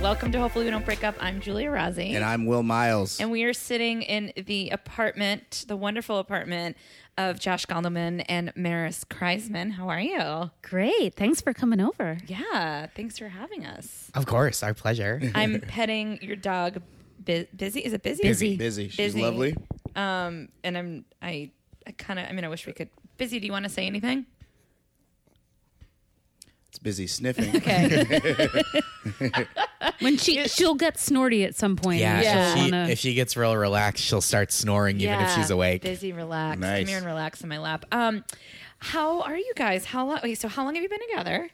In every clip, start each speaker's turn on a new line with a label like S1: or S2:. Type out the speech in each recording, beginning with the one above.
S1: Welcome to Hopefully We Don't Break Up. I'm Julia Rossi.
S2: And I'm Will Miles.
S1: And we are sitting in the apartment, the wonderful apartment of Josh Gondelman and Maris Kreisman. How are you?
S3: Great. Thanks for coming over.
S1: Yeah, thanks for having us.
S4: Of course, our pleasure.
S1: I'm petting your dog. Bu- busy is it busy?
S2: busy. Busy. She's
S1: Busy.
S2: lovely.
S1: Um, and I'm I, I kind of I mean I wish we could. Busy, do you want to say anything?
S2: It's busy sniffing.
S1: Okay.
S3: When she she'll get snorty at some point.
S4: Yeah,
S3: and
S1: Yeah.
S4: If,
S3: she'll
S4: she,
S3: wanna-
S4: if she gets real relaxed, she'll start snoring even if she's awake.
S1: Busy, relaxed.
S2: Nice.
S1: Come here and relax in my lap. Um, how are you guys? How long? Okay, so how long have you been together?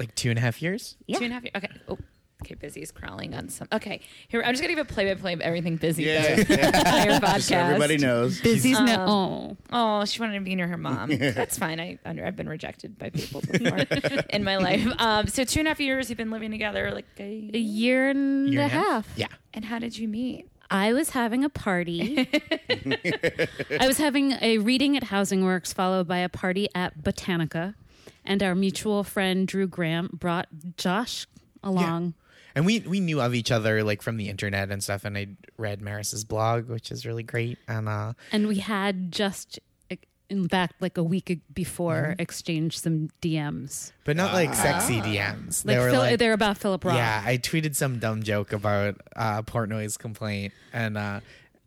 S4: Like two and a half years.
S3: Yeah.
S1: Two and a half years. Okay. Oh, okay. Busy's crawling on some. Okay. Here, I'm just gonna give a play by play of everything Busy
S2: Yeah.
S1: does.
S2: yeah.
S1: Entire podcast.
S2: So everybody knows.
S3: busy's no. Oh.
S1: Oh, she wanted to be near her mom. That's fine. I under I've been rejected by people before in my life. Um, so two and a half years you've been living together. Like,
S3: A
S1: a,
S3: year and
S4: Year
S3: a
S4: and a
S3: half.
S4: Yeah.
S1: and how did you meet?
S3: I was having a party. I was having a reading at Housing Works followed by a party at Botanica. And our mutual friend Drew Graham brought Josh along.
S4: And we, we knew of each other like from the internet and stuff. And I read Maris's blog, which is really great. And uh,
S3: And we had just in fact like a week before
S4: Mm-hmm.
S3: exchanged some DMs.
S4: but not like sexy DMs.
S3: Like,
S4: they were
S3: Phil,
S4: like
S3: they're about Philip Roth.
S4: yeah. I tweeted some dumb joke about uh, Portnoy's complaint, and uh,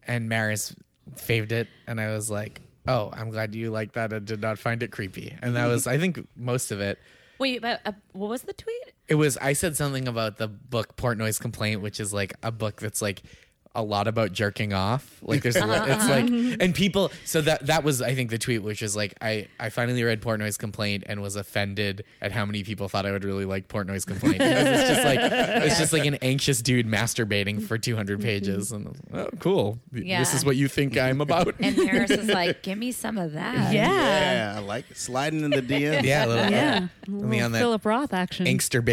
S4: and Maris faved it, and I was like, oh, I'm glad you liked that and did not find it creepy. And that was I think most of it.
S1: Wait, but uh, what was the tweet?
S4: It was I said something about the book Portnoy's Complaint, which is like a book that's like a lot about jerking off. Like there's a lot, it's like and people so that that was I think the tweet which is like I I finally read Portnoy's Complaint and was offended at how many people thought I would really like Portnoy's Complaint. 'Cause it's just like it's just like an anxious dude masturbating for 200 pages and oh cool.
S1: Yeah.
S4: This is what you think I'm about.
S1: And Paris is like, give me some of that.
S2: Yeah, I like it. sliding in the DM.
S4: yeah, a little,
S3: Yeah. A
S4: Let me
S3: little
S4: on that
S3: Philip Roth action.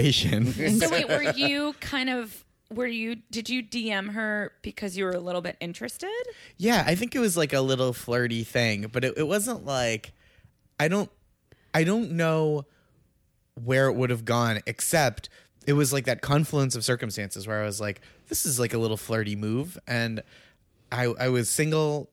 S4: angsturbation.
S1: So wait, were you kind of were you did you DM her because you were a little bit interested?
S4: Yeah, I think it was like a little flirty thing, but it, it wasn't like I don't I don't know where it would have gone except it was like that confluence of circumstances where I was like this is like a little flirty move and I I was single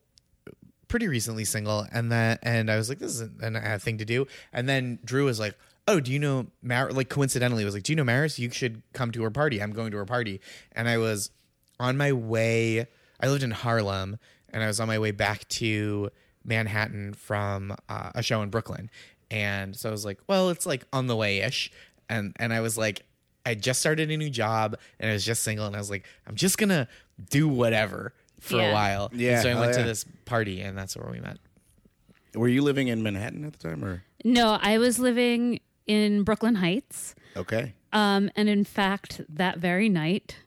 S4: pretty recently single and that and I was like this isn't an odd thing to do and then Drew was like oh do you know Mar-? like coincidentally was like do you know Maris you should come to her party I'm going to her party and I was on my way I lived in Harlem and I was on my way back to Manhattan from uh, a show in Brooklyn and so I was like well it's like on the way ish and and I was like I just started a new job and I was just single and I was like I'm just gonna do whatever for
S1: Yeah.
S4: a while
S2: Yeah,
S4: so I
S2: oh,
S4: went
S2: yeah.
S4: to this party, and that's where we met.
S2: Were you living in Manhattan at the time or
S3: No, I was living in Brooklyn Heights.
S2: okay.
S3: Um, and in fact, that very night,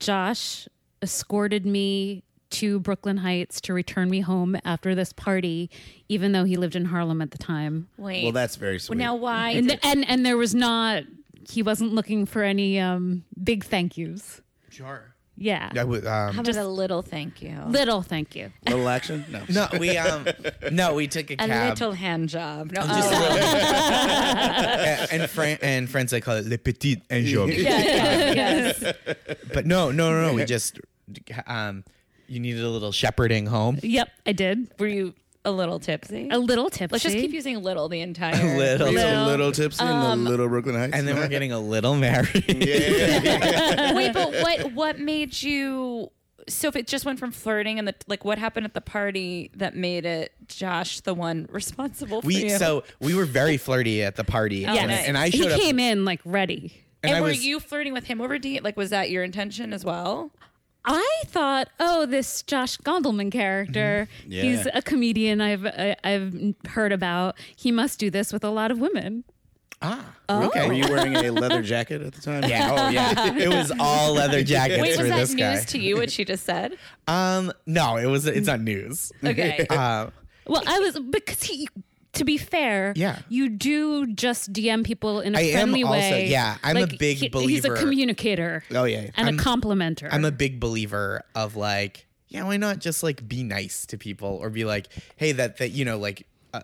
S3: Josh escorted me to Brooklyn Heights to return me home after this party, even though he lived in Harlem at the time.
S1: Wait.
S2: Well that's very sweet.
S1: now why
S3: And and, and there was not he wasn't looking for any um, big thank yous.
S4: Sure.
S3: Yeah.
S4: I would,
S1: How
S4: um,
S1: about a little thank you?
S3: Little thank you.
S2: little action? No.
S4: no, we um, no, we took a
S1: a
S4: cab.
S1: little hand job. No,
S4: Just
S1: oh.
S4: a little- and and, Fran- and friends, I call it le petit injure.
S1: yeah, yeah, yes.
S4: But no, no, no, no. We just um, you needed a little shepherding home.
S3: Yep, I did.
S1: Were you a little tipsy?
S3: A little tipsy.
S1: Let's just keep using little the entire
S2: Were
S4: Little.
S2: you a little tipsy
S1: Um,
S2: in the little Brooklyn Heights.
S4: And then we're getting a little married.
S1: Wait, but what what made you so if it just went from flirting and the like what happened at the party that made it Josh the one responsible for
S4: We
S1: you?
S4: so we were very flirty at the party,
S1: Oh,
S4: and,
S1: nice.
S4: and I
S3: he
S4: showed up.
S3: came in like ready.
S1: and,
S4: I
S1: were
S4: was-
S1: you flirting with him over D? Like, was that your intention as well?
S3: I thought, oh, this Josh Gondelman character,
S4: Mm-hmm.
S2: Yeah.
S3: he's a comedian I've I, I've heard about. He must do this with a lot of women.
S4: ah,
S1: Oh.
S2: Were
S4: okay.
S2: you wearing a leather jacket at the time?
S4: Yeah, oh yeah. It was all leather jackets
S1: Wait,
S4: for
S1: was that
S4: this
S1: news
S4: guy.
S1: to you? What she just said?
S4: um, no, it was. It's not news.
S1: Okay.
S4: Uh,
S3: Well, I was because he. To be fair,
S4: Yeah.
S3: you do just DM people in a
S4: I am
S3: friendly
S4: also-
S3: way.
S4: yeah, I'm a big
S3: He's a
S4: believer-
S3: communicator.
S2: Oh, yeah.
S3: and
S4: I'm-
S3: a complimenter.
S4: I'm a big believer of like, yeah, why not just like be nice to people or be like, hey, that that you know, like, uh,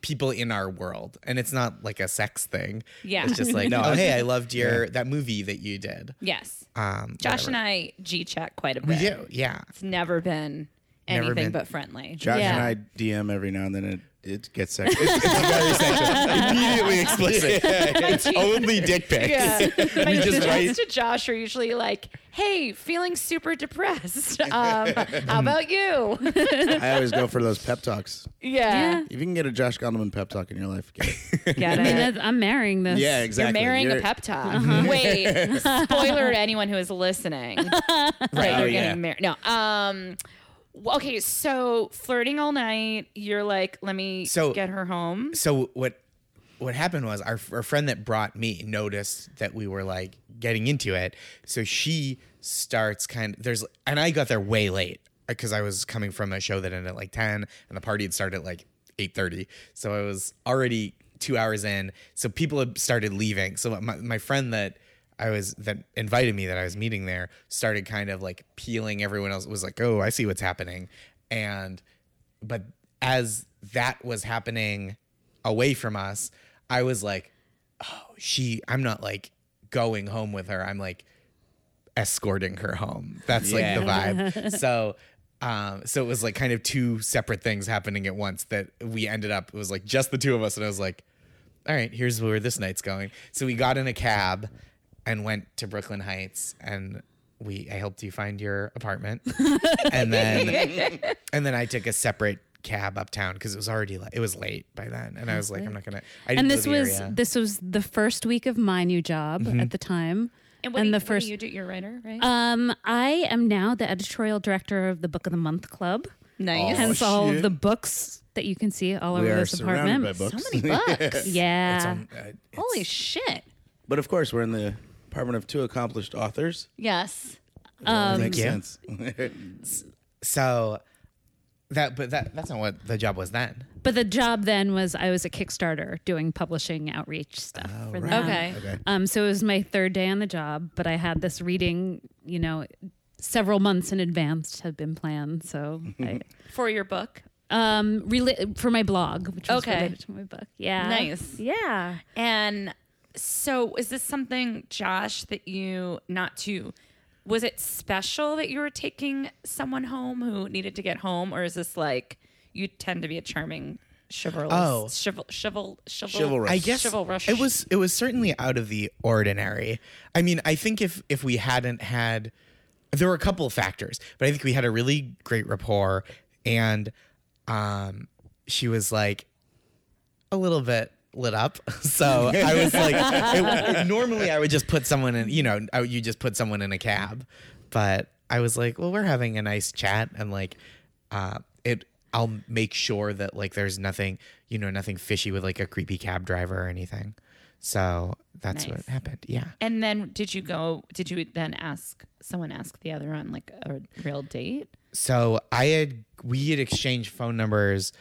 S4: people in our world, and it's not like a sex thing.
S1: Yeah.
S4: it's just like,
S2: No,
S4: oh
S2: I-
S4: hey, I loved your that movie that you did.
S1: Yes.
S4: Um,
S1: Josh
S4: whatever.
S1: and I G chat quite a
S4: we
S1: bit.
S4: do, yeah.
S1: It's never been
S4: Never
S1: anything
S4: been.
S1: but friendly.
S2: Josh
S3: Yeah.
S2: and I DM every now and then. It it gets sexual. It's, it's very sexual. Immediately explicit.
S4: it's only dick pics.
S1: Yeah. My
S4: just
S1: just
S4: write-
S1: to Josh are usually like, hey, feeling super depressed. Um, how about you?
S2: I always go for those pep talks.
S1: yeah.
S3: Yeah.
S2: If you can get a Josh Gondelman pep talk in your life, get it.
S1: Get
S3: I mean,
S1: it.
S3: that's, I'm marrying this.
S2: yeah,
S1: You're
S2: exactly.
S1: marrying a pep talk. Wait, spoiler to anyone who is listening. right,
S2: Oh,
S1: you're
S2: yeah.
S1: getting married. No. Um, w- okay, so flirting all night. You're like, let me
S4: So-
S1: get her home.
S4: so what what happened was our, our friend that brought me noticed that we were like getting into it so she starts kind of there's and i got there way late because i was coming from a show that ended at like 10 and the party had started at like 8.30 so i was already two hours in so people had started leaving so my, my friend that I was that invited me that I was meeting there started kind of like peeling everyone else was like, "Oh, I see what's happening." And but as that was happening away from us, I was like, "Oh, she I'm not like going home with her. I'm like escorting her home." That's
S2: Yeah.
S4: like the vibe. so um, so it was like kind of two separate things happening at once that we ended up it was like just the two of us and I was like all right, here's where this night's going. So we got in a cab and went to Brooklyn Heights and we I helped you find your apartment. and then and then I took a separate cab uptown because it was already like it was late by then. And I was like, I'm not gonna I didn't
S3: And
S4: know
S3: this
S4: the
S3: was
S4: area. Mm-hmm.
S3: this was the first week of my new job at the time.
S1: And what, do,
S3: the
S1: you- what do
S3: first
S1: you do? You're a writer, right?
S3: um I am now the editorial director of the Book of the Month Club.
S1: nice.
S2: Oh,
S3: Hence all
S2: shit.
S3: of the books that you can see all
S2: We
S3: over
S2: are
S3: this
S2: surrounded
S3: apartment.
S2: by books.
S1: How many bucks?
S3: Yeah.
S4: It's on- uh,
S1: Holy shit.
S2: But of course, we're in the apartment of two accomplished authors.
S1: Yes.
S2: makes
S4: Um, Yeah.
S2: sense.
S4: so that but that that's not what the job was then.
S3: But the job then was I was a Kickstarter doing publishing outreach stuff. for them.
S1: Okay.
S3: Um, so it was my third day on the job, but I had this reading, you know, several months in advance had been planned. So I,
S1: For your book.
S3: um, rela- for my blog, which was
S1: Okay.
S3: related to my book. Yeah.
S1: Nice.
S3: Yeah.
S1: And so, is this something, Josh, that you not to? Was it special that you were taking someone home who needed to get home, or is this like you tend to be a charming, chivalrous,
S4: Oh.
S1: chival, chival, chival,
S2: Chivalrous.
S4: I guess
S1: chivalrous?
S4: it was it was certainly out of the ordinary. I mean, I think if if we hadn't had there were a couple of factors, but I think we had a really great rapport and um she was like a little bit lit up. So I was like it- normally I would just put someone in, you know, I, would- you just put someone in a cab, but I was like, well, we're having a nice chat and like uh it I'll make sure that like there's nothing, you know, nothing fishy with like a creepy cab driver or anything. So that's what
S1: Nice.
S4: happened. Yeah.
S1: And then, did you go? Did you then ask someone ask the other on like a real date?
S4: So I had we had exchanged phone numbers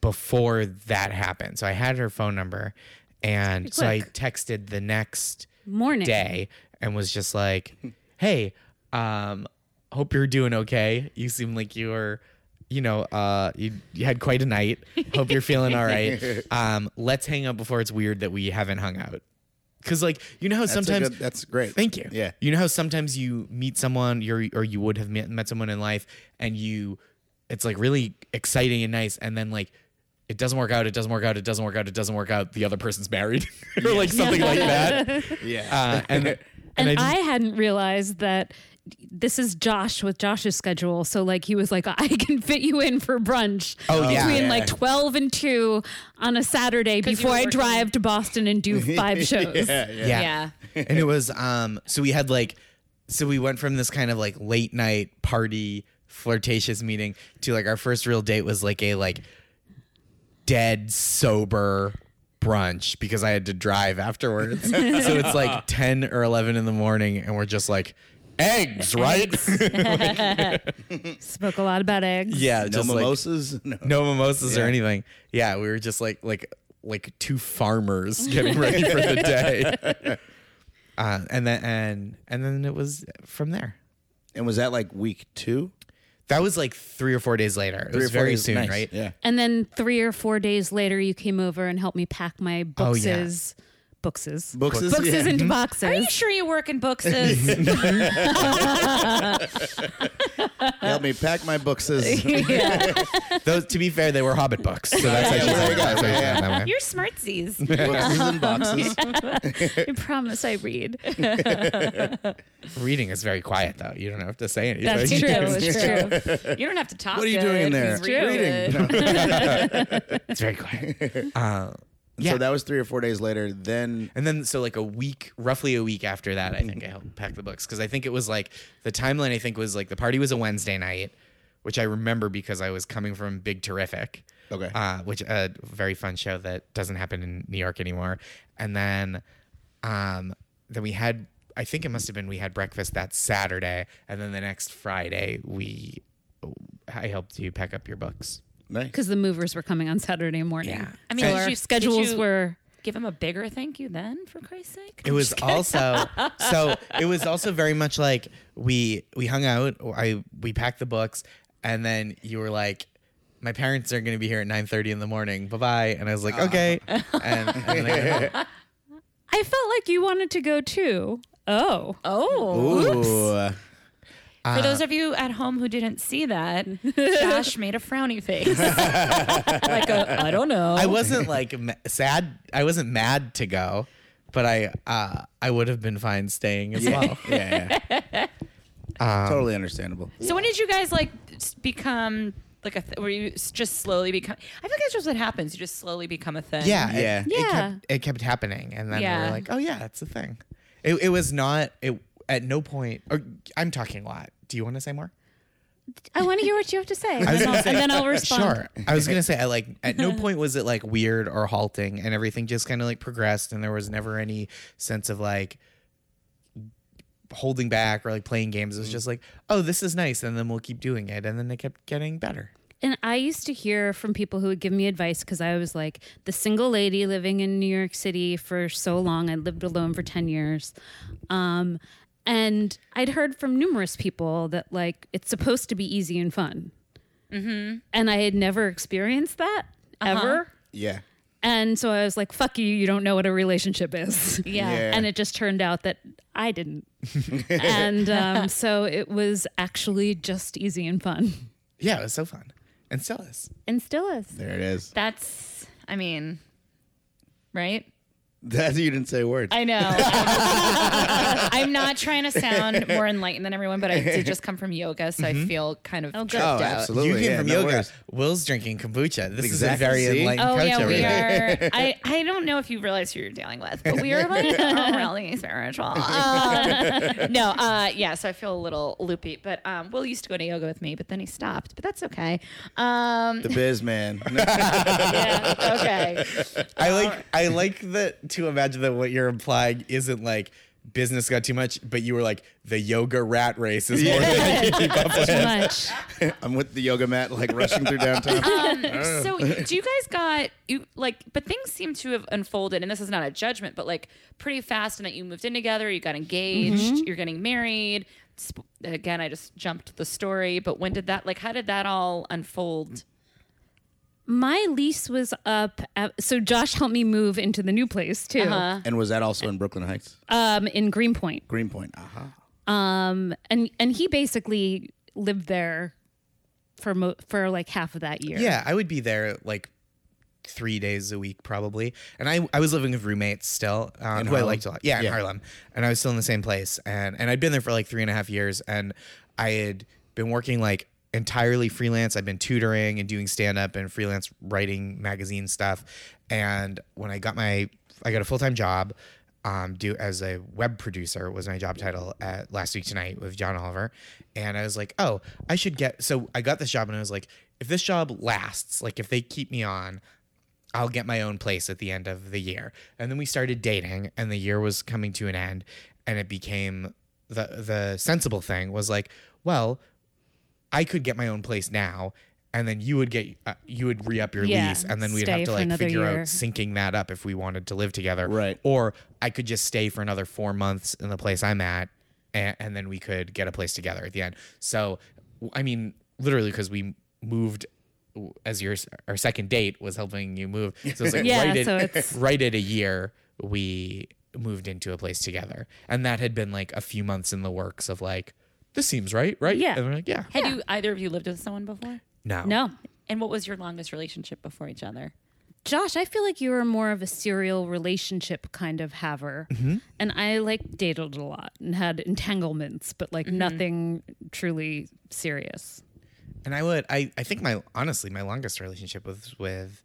S4: before that happened. So I had her phone number and so I texted the next
S3: Morning.
S4: day and was just like, "Hey, um hope you're doing okay. You seem like you were you know, uh, you, you had quite a night. Hope you're feeling all right. Um, let's hang out before it's weird that we haven't hung out. Cause like you know how
S2: That's a
S4: sometimes
S2: good- that's great.
S4: Thank you.
S2: Yeah.
S4: You know how sometimes you meet someone you're or you would have met, met someone in life and you it's like really exciting and nice and then like it doesn't work out, it doesn't work out, it doesn't work out, it doesn't work out, the other person's married. or like something like that.
S2: Yeah.
S4: Uh, and and,
S3: And,
S4: I, just,
S3: I, hadn't realized that this is Josh with Josh's schedule. So like he was like, I can fit you in for brunch
S4: Oh, yeah.
S3: between
S2: Yeah.
S3: like twelve and two on a Saturday
S1: you
S3: before
S1: were
S3: I
S1: working-
S3: drive to Boston and do five shows.
S2: yeah, yeah.
S4: yeah. and it was um so we had like so we went from this kind of like late night party flirtatious meeting to like our first real date was like a like dead sober brunch because I had to drive afterwards. so it's like 10 or 11 in the morning and we're just like eggs, right?
S3: Spoke a lot about eggs.
S4: yeah,
S2: No
S4: just like
S2: mimosas. no.
S4: no mimosas or anything. Yeah, we were just like like like two farmers getting ready for the day. Uh, and then and and then it was from there.
S2: And was that like week two?
S4: That was like three or four days later. It
S2: Three or
S4: was
S2: four
S4: very
S2: days,
S4: soon,
S2: nice.
S4: right?
S2: Yeah.
S3: And then three or four days later, you came over and helped me pack my
S4: yeah.
S3: boxes. Boxes.
S2: Books is-
S3: Boxes
S2: Oh, yeah. Mm-hmm.
S1: Are
S3: into
S1: you
S3: boxes.
S1: sure you work in boxes?
S2: Help me pack my boxes.
S4: Those, to be fair, they were Hobbit books. So that's how
S2: Yeah,
S4: she
S2: there you
S4: said
S2: go.
S4: that's how she said it that way.
S1: You're smartsies.
S2: boxes and boxes.
S3: I promise I read.
S4: Reading is very quiet, though. You don't have to say anything.
S3: That's true. It's true.
S1: You don't have to talk.
S2: What are you doing in
S1: good.
S2: there?
S1: Just read
S2: Reading.
S1: it.
S4: It's very quiet.
S2: And So that was three or four days later. Then
S4: And then, so like a week, roughly a week after that, I think I helped pack the books because I think it was like the timeline. I think was like the party was a Wednesday night, which I remember because I was coming from Big Terrific,
S2: Okay.
S4: uh, which a very fun show that doesn't happen in New York anymore. And then, um, then we had. I think it must have been we had breakfast that Saturday, and then the next Friday we, I helped you pack up your books.
S2: nice.
S3: Because the movers were coming on Saturday morning.
S4: Yeah.
S1: I mean,
S3: So
S1: did
S3: our
S1: you- did
S3: schedules
S1: you-
S3: were.
S1: Give him a bigger thank you then, for Christ's sake.
S4: It was also so. It was also very much like we we hung out. I we packed the books, and then you were like, "My parents are going to be here at nine thirty in the morning. Bye bye." And I was
S2: Oh.
S4: like, "Okay." And, and then I went home.
S3: I felt like you wanted to go too. Oh.
S1: Oh.
S2: Ooh.
S1: For those of you at home who didn't see that, Josh made a frowny face. like a, I don't know.
S4: I wasn't like ma- sad. I wasn't mad to go, but I uh, I would have been fine staying as well.
S2: Yeah.
S4: Um,
S2: yeah. totally understandable.
S1: so when did you guys like s- become like a? Th- were you s- just slowly become? I feel like that's just what happens. You just slowly become a thing.
S4: Yeah, it-
S2: Yeah.
S4: It,
S3: Yeah.
S4: kept, it kept happening, and then we
S1: Yeah.
S4: were like, "Oh yeah, it's a thing." It, it was not. It at no point. Or I'm talking a lot. Do you want to say more?
S3: I want to hear what you have to say. And then I'll, and then I'll respond.
S4: Sure. I was gonna say, I like at no point was it like weird or halting, and everything just kind of like progressed, and there was never any sense of like holding back or like playing games.
S3: Mm.
S4: It was just like, oh, this is nice, and then we'll keep doing it, and then it kept getting better.
S3: And I used to hear from people who would give me advice because I was like the single lady living in New York City for so long. I lived alone for 10 years. Um, and I'd heard from numerous people that like it's supposed to be easy and fun. Mm-hmm. And I had never experienced that
S1: Uh-huh.
S3: ever.
S2: Yeah.
S3: And so I was like, fuck you, you don't know what a relationship is.
S1: Yeah.
S2: Yeah.
S3: And it just turned out that I didn't. and um, so it was actually just easy and fun
S4: Yeah, it was so fun, and still is.
S3: and still is.
S2: There it is.
S1: That's. I mean, right.
S2: That you didn't say a word.
S1: I know. I'm, I'm not trying to sound more enlightened than everyone, but I did just come from yoga, so I feel kind of tripped
S3: good.
S2: oh,
S1: out.
S2: absolutely.
S4: you came
S2: yeah,
S4: from
S2: no
S4: yoga.
S2: worries.
S4: Will's drinking kombucha.
S2: Exactly.
S4: This is a very
S2: See?
S4: enlightened
S1: Oh
S4: couch
S1: yeah,
S4: over
S1: we
S4: here.
S1: are. I, I don't know if you realize who you're dealing with, but we are like really spiritual. Uh, no, uh, yeah. So I feel a little loopy, but um, Will used to go to yoga with me, but then he stopped. But that's okay. Um,
S2: The biz man.
S1: yeah, okay.
S4: I like I like that to imagine that what you're implying isn't like business got too much, but you were like the yoga rat race is more than you can keep up with.
S3: Too much.
S2: I'm with the yoga mat, like rushing through downtown.
S1: Um, so do you guys got you like? But things seem to have unfolded, and this is not a judgment, but like pretty fast, and that you moved in together, you got engaged, you're getting married. Sp- again, I just jumped the story, but when did that? Like, how did that all unfold?
S3: My lease was up, at, so Josh helped me move into the new place too,
S2: and was that also in Brooklyn Heights?
S3: um, in Greenpoint,
S2: Greenpoint.
S1: Uh-huh.
S2: Aha.
S3: um, and and he basically lived there for mo- for like half of that year.
S4: Yeah, I would be there like three days a week probably, and I I was living with roommates still, um, who I
S2: Harlem?
S4: liked a lot. Yeah, in
S2: Yeah.
S4: Harlem, and I was still in the same place, and and I'd been there for like three and a half years, and I had been working like entirely freelance. I'd been tutoring and doing stand up and freelance writing magazine stuff, and when I got my I got a full time job. Um, do as a web producer was my job title at last week tonight with John Oliver, and I was like, oh, I should get. So I got this job, and I was like, if this job lasts, like if they keep me on, I'll get my own place at the end of the year. And then we started dating and the year was coming to an end and it became the the sensible thing was like, well, I could get my own place now and then you would get uh, you would re-up your
S3: Yeah,
S4: lease and then we'd
S3: stay
S4: have to
S3: for
S4: like
S3: another
S4: figure
S3: year.
S4: out syncing that up if we wanted to live together
S2: Right.
S4: or I could just stay for another 4 months in the place I'm at and, and then we could get a place together at the end. So w- I mean literally because we moved w- as your s- our second date was helping you move. So it's like
S3: Yeah,
S4: right,
S3: so
S4: at,
S3: it's-
S4: right at a year we moved into a place together, and that had been like a few months in the works of like this seems right, right?
S3: Yeah.
S4: and we're like yeah,
S1: Had you either of you lived with someone before?
S4: no,
S3: No.
S1: And what was your longest relationship before each other?
S3: Josh, I feel like you were more of a serial relationship kind of haver. And I like dated a lot and had entanglements, but like nothing truly serious.
S4: And I would, I, I think my, honestly, my longest relationship was with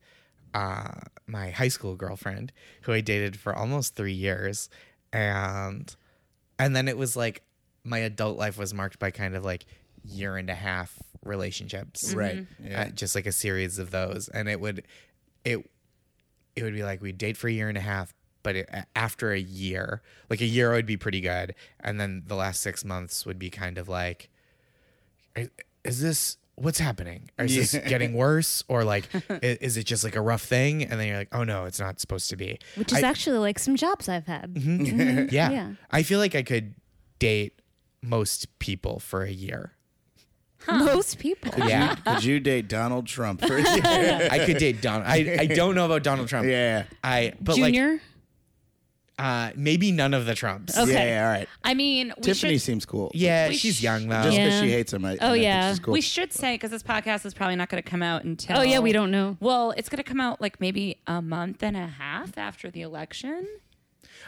S4: uh, my high school girlfriend who I dated for almost three years. And, and then it was like my adult life was marked by kind of like year and a half relationships.
S2: Mm-hmm. Right.
S1: Mm-hmm.
S4: Uh, just like a series of those. And it would, it, it would be like we'd date for a year and a half, but it, a- after a year, like a year would be pretty good. And then the last six months would be kind of like, is, is this what's happening? Or Is this getting worse? Or like, i- is, it just like a rough thing? And then you're like, oh no, it's not supposed to be.
S3: Which is
S4: I-
S3: actually like some jobs I've had.
S4: yeah.
S3: yeah.
S4: I feel like I could date most people for a year.
S3: Most people.
S4: Yeah.
S2: Could you date Donald Trump for a year?
S4: I could date Donald. I, I don't know about Donald Trump.
S2: yeah.
S4: I but
S3: Junior?
S4: like uh maybe none of the Trumps.
S3: Okay.
S2: Yeah, yeah, all right.
S1: I mean, we
S2: Tiffany
S1: should
S2: seems cool.
S4: Yeah,
S1: We
S4: she's
S1: sh-
S4: young though.
S2: Just because
S3: Yeah.
S2: she hates him. I, and I
S3: Oh,
S2: think
S3: yeah.
S2: she's cool.
S1: we should say because this podcast is probably not going to come out until.
S3: Oh, yeah, we don't know.
S1: Well, it's going to come out like maybe a month and a half after the election.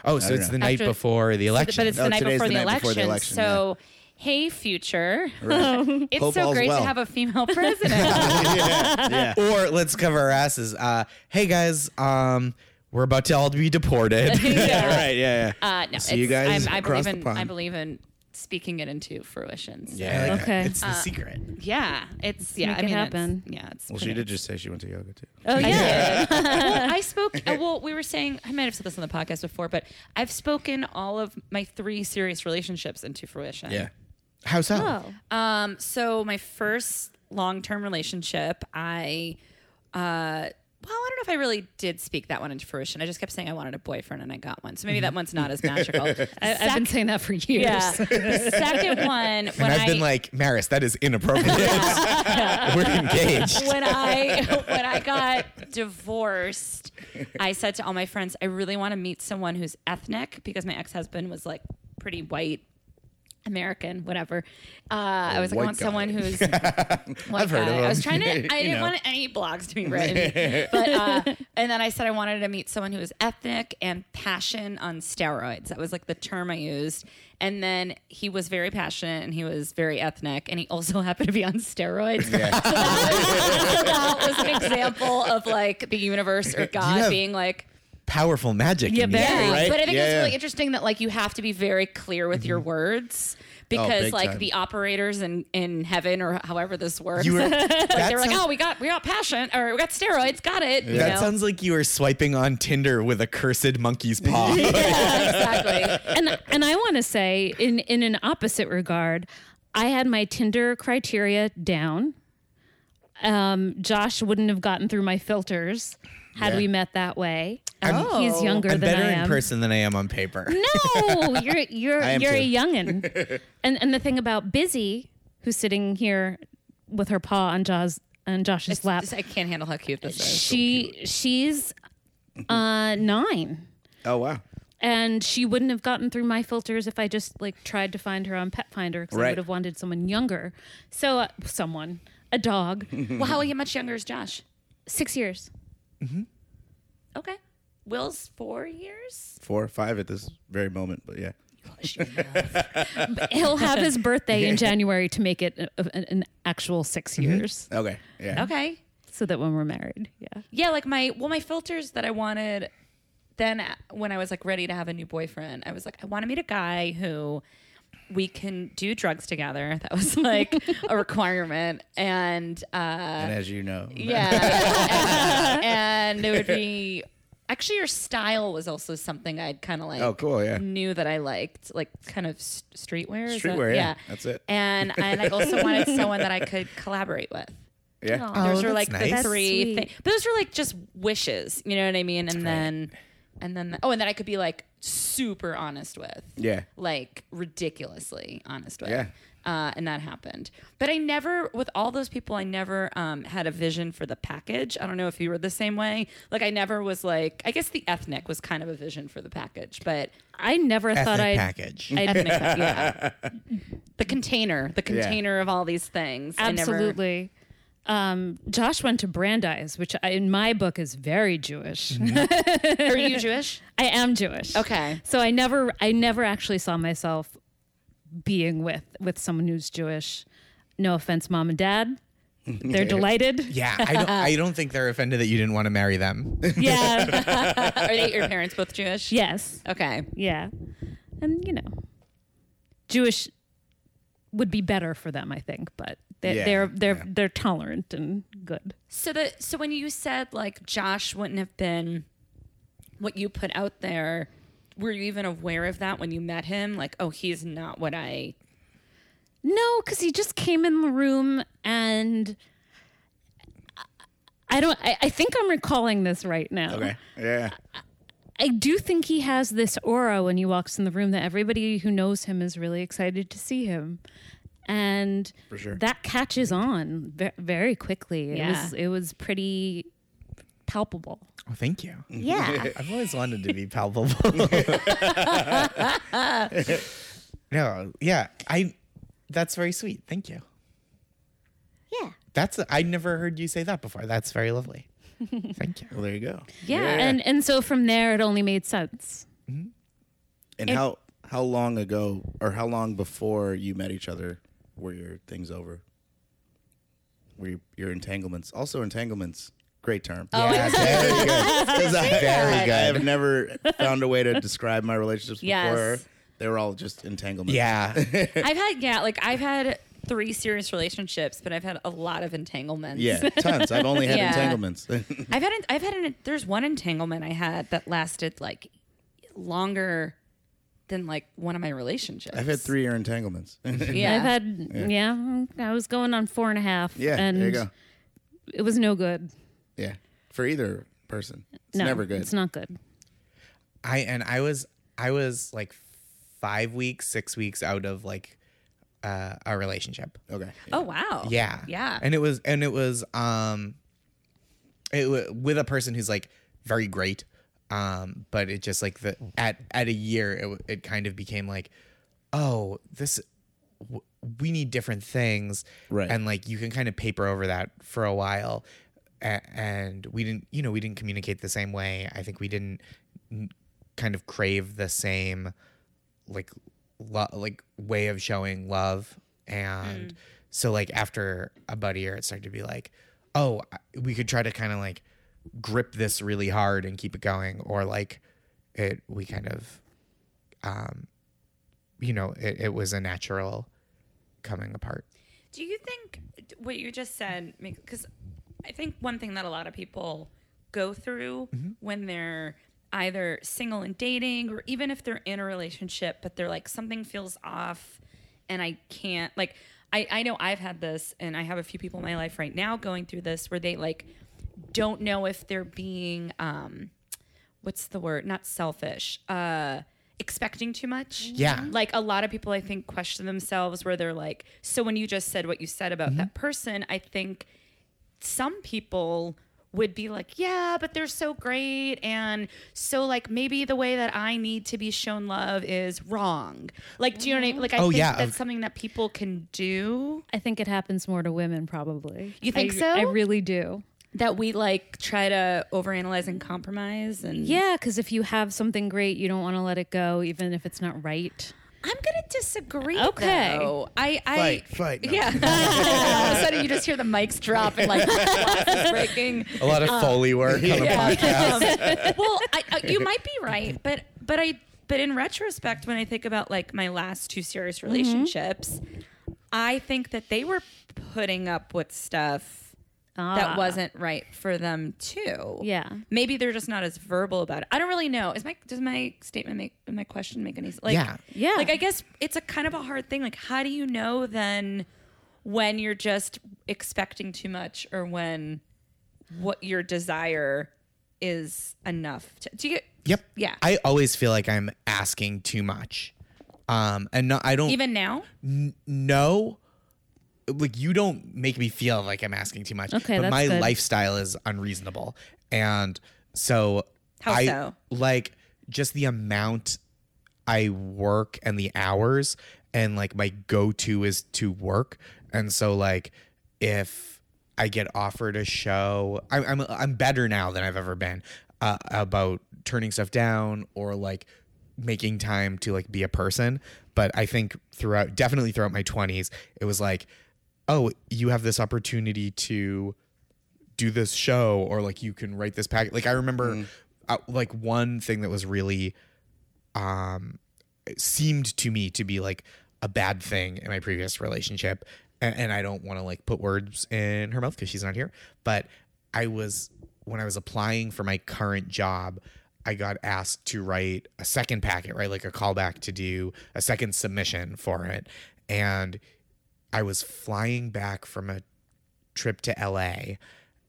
S4: oh, so
S2: don't
S4: it's the
S2: know.
S4: night
S1: After-
S4: before the
S1: But-
S4: election.
S1: But it's the
S2: No,
S1: night,
S2: Oh, today's
S1: before
S2: the
S1: the,
S2: night
S1: election,
S2: before the election,
S1: So, hey, future. it's
S2: Hope
S1: so
S2: all's
S1: great
S2: well.
S1: to have a female president.
S2: yeah.
S4: or let's cover our asses. Uh hey guys, um we're about to all be deported.
S1: Yeah.
S2: Right. Yeah. yeah.
S1: Uh, no,
S2: See you
S1: it's-
S2: guys
S1: I'm, I
S2: across
S1: believe
S2: the
S1: in.
S2: pond.
S1: I believe in speaking it into fruition. So,
S2: Yeah.
S4: I like
S3: Okay.
S4: that. It's the secret.
S1: yeah, it's yeah.
S3: make
S1: I
S3: it
S1: mean, it's-
S3: happen.
S1: yeah, it's.
S2: Well, she did just say she went to yoga too.
S3: Oh, yeah.
S1: well, I spoke. uh, Well, we were saying I might have said this on the podcast before, but I've spoken all of my three serious relationships into fruition.
S2: Yeah.
S4: How so?
S3: Oh.
S1: Um. So my first long-term relationship, I, uh, well, I don't know if I really did speak that one into fruition. I just kept saying I wanted a boyfriend, and I got one. So maybe that one's not as
S4: Mm-hmm.
S1: magical.
S3: I, I've been saying that for years.
S1: yeah. The second one, when
S4: And I've
S1: I,
S4: been like, Maris, that is inappropriate. We're engaged.
S1: when I when I got divorced, I said to all my friends, I really want to meet someone who's ethnic because my ex husband was like pretty white, American, whatever. Uh, I was like, I
S2: white
S1: want
S2: guy.
S1: someone who's. white
S4: I've heard
S1: guy.
S4: of
S1: I was
S4: him.
S1: trying to. I
S4: You
S1: didn't
S4: know.
S1: want any blogs to be written, but uh, and then I said I wanted to meet someone who was ethnic and passion on steroids. That was like the term I used. And then he was very passionate and he was very ethnic and he also happened to be on steroids. So that was, that was an example of like the universe or God
S4: have-
S1: being like.
S4: Powerful magic.
S3: Yeah,
S4: in
S3: very.
S4: you,
S1: Yeah,
S4: right? Mm-hmm.
S1: but I think
S2: Yeah,
S1: it's really
S2: yeah.
S1: interesting that like you have to be very clear with your words
S4: Oh,
S1: because
S2: big
S1: like
S2: time.
S1: the operators in in heaven or however this works,
S4: You were-
S1: like,
S4: that
S1: they were like,
S4: sounds-
S1: oh, we got we got passion or we got steroids, got it. you
S4: That
S1: know?
S4: sounds like you were swiping on Tinder with a cursed monkey's paw.
S1: yeah, exactly.
S3: and and I want to say in in an opposite regard, I had my Tinder criteria down. Um, Josh wouldn't have gotten through my filters had we met that way. Um,
S1: I'm-
S3: He's younger
S4: I'm
S3: than
S4: better
S3: I am.
S4: in person than I am on paper.
S3: No, you're you're
S2: I am
S3: you're a
S2: too.
S3: youngin. and and the thing about Busy, who's sitting here with her paw on Josh on Josh's lap,
S1: Just- I can't handle how cute this is.
S3: she she's uh nine.
S2: Oh wow.
S3: and she wouldn't have gotten through my filters if I just like tried to find her on Pet Finder because I
S2: Right.
S3: would have wanted someone younger. So uh, someone, a dog,
S1: Well, how much younger is Josh?
S3: six years.
S1: Okay, Will's four years.
S2: Four or five at this very moment, but yeah.
S3: He'll have his birthday in January to make it a, a- an, actual 6
S4: Mm-hmm.
S3: years,
S2: Okay. Yeah.
S1: Okay,
S3: so that when we're married, yeah.
S1: yeah, like my well, my filters that I wanted. Then uh, when I was like ready to have a new boyfriend, I was like, I want to meet a guy who we can do drugs together. That was like a requirement, and uh,
S2: And as you know,
S1: yeah, and, and it would be actually your style was also something I'd kind of like.
S2: Oh, cool, yeah.
S1: Knew that I liked like kind of s- streetwear. is that-
S2: Streetwear, yeah, that's it.
S1: And and I also wanted someone that I could collaborate with.
S2: yeah.
S4: Oh,
S1: those were like
S4: that's
S1: the
S4: nice.
S1: three
S3: That's
S1: things. But those were like just wishes, you know what I mean? And then, and then, oh, and then I could be like super honest with,
S2: Yeah.
S1: like ridiculously honest with.
S2: Yeah.
S1: uh, and that happened. But I never, with all those people, I never um, had a vision for the package. I don't know if you were the same way. Like, I never was like, I guess the ethnic was kind of a vision for the package, but
S3: I never thought
S4: Ethnic
S3: I'd.
S4: package.
S3: I'd make that.
S1: yeah. the container, the container of all these things. I never-
S3: Absolutely. Um, Josh went to Brandeis, which I, in my book is very Jewish.
S1: Are you Jewish?
S3: I am Jewish.
S1: Okay.
S3: So I never, I never actually saw myself being with with someone who's Jewish. No offense, mom and dad. They're delighted.
S4: Yeah, I don't. I don't think they're offended that you didn't want to marry them.
S3: Yeah.
S1: Are they your parents both Jewish?
S3: yes.
S1: Okay.
S3: Yeah. And you know, Jewish would be better for them, I think. But they,
S2: Yeah,
S3: they're they're
S2: yeah.
S3: they're tolerant and good.
S1: So the so when you said like Josh wouldn't have been what you put out there, were you even aware of that when you met him? Like, oh, he's not what I.
S3: No, because he just came in the room and I don't. I, I think I'm recalling this right now.
S2: Okay. Yeah.
S3: I do think he has this aura when he walks in the room that everybody who knows him is really excited to see him, and
S2: For sure.
S3: that catches on ve- very quickly. It
S1: Yeah.
S3: was it was pretty palpable.
S4: Oh, thank you.
S3: Yeah.
S4: I've always wanted to be palpable. no, yeah, I. That's very sweet. Thank you.
S3: Yeah.
S4: That's. I never heard you say that before. That's very lovely. Thank you.
S2: Well, there you go.
S1: Yeah.
S3: And and so from there it only made sense.
S2: And how how long ago or how long before you met each other were your things over? Were your, your entanglements also entanglements? Great term.
S4: Oh, yeah, very good. very
S2: I
S4: good.
S2: have never found a way to describe my relationships
S1: Yes.
S2: before. They were all just entanglements.
S4: Yeah.
S1: I've had yeah, like I've had three serious relationships, but I've had a lot of entanglements.
S2: Yeah, tons. I've only had
S1: Yeah.
S2: entanglements.
S1: I've had an, I've had an there's one entanglement I had that lasted like longer than like one of my relationships.
S2: I've had three year entanglements.
S1: Yeah.
S3: I've had yeah. I was going on four and a half.
S2: yeah,
S3: and
S2: there you go.
S3: it was no good.
S2: Yeah, for either person, it's
S3: no,
S2: never good.
S3: It's not good.
S4: I and I was I was like five weeks, six weeks out of like uh, our relationship.
S2: okay.
S1: oh wow.
S4: Yeah.
S1: Yeah.
S4: And it was and it was um it wa with a person who's like very great um but it just like the at at a year it, w- it kind of became like oh this w- we need different things
S2: Right.
S4: and like you can kind of paper over that for a while a- and we didn't you know we didn't communicate the same way i think we didn't n- kind of crave the same like lo- like way of showing love and so like after about a year it started to be like oh I- we could try to kind of like grip this really hard and keep it going or like it we kind of um you know it, it was a natural coming apart
S1: Do you think what you just said? Because I think one thing that a lot of people go through when they're either single and dating, or even if they're in a relationship, but they're like something feels off, and I can't like. I, I know I've had this, and I have a few people in my life right now going through this where they like don't know if they're being um, what's the word? Not selfish. Uh, expecting too much.
S4: Yeah.
S1: Like a lot of people, I think, question themselves where they're like, so when you just said what you said about that
S4: Mm-hmm.
S1: person, I think some people would be like, yeah, but they're so great. And so, like, maybe the way that I need to be shown love is wrong. Like, do you know what I mean? Like, I
S4: Oh,
S1: think
S4: yeah.
S1: that's something that people can do
S3: I think it happens more to women, probably.
S1: You think
S3: I-
S1: so?
S3: I really do.
S1: that we like try to overanalyze and compromise. And
S3: Yeah, because if you have something great, you don't want to let it go, even if it's not right.
S1: I'm gonna disagree.
S3: Okay.
S1: though. I, I
S2: Fight, fight, no.
S1: Yeah. All of a sudden, you just hear the mics drop and like glasses breaking.
S4: a lot
S3: Uh,
S4: of foley work on the podcast
S1: Um, well, I, I, you might be right, but but I but in retrospect, when I think about like my last two serious relationships, I think that they were putting up with stuff
S3: Ah.
S1: that wasn't right for them too.
S3: Yeah.
S1: Maybe they're just not as verbal about it. I don't really know. Is my does my statement make my question make any sense? Like,
S4: Yeah.
S3: Yeah.
S1: Like I guess it's a kind of a hard thing. Like how do you know then when you're just expecting too much or when what your desire is enough? To, do you get?
S4: Yep.
S1: Yeah.
S4: I always feel like I'm asking too much. Um, and no, I don't
S1: Even now,
S4: n- know like you don't make me feel like I'm asking too much.
S3: Okay,
S4: but
S3: that's
S4: my
S3: good.
S4: lifestyle is unreasonable, and so
S1: How
S4: I
S1: so?
S4: like just the amount I work and the hours, and like my go-to is to work, and so like if I get offered a show, I'm I'm, I'm better now than I've ever been uh, about turning stuff down or like making time to like be a person. But I think throughout, definitely throughout my 20s, it was like, oh, you have this opportunity to do this show or like you can write this packet. Like I remember uh, like one thing that was really um it seemed to me to be like a bad thing in my previous relationship and, and I don't want to like put words in her mouth cuz she's not here, but I was when I was applying for my current job, I got asked to write a second packet, right? Like a callback to do a second submission for it. And I was flying back from a trip to LA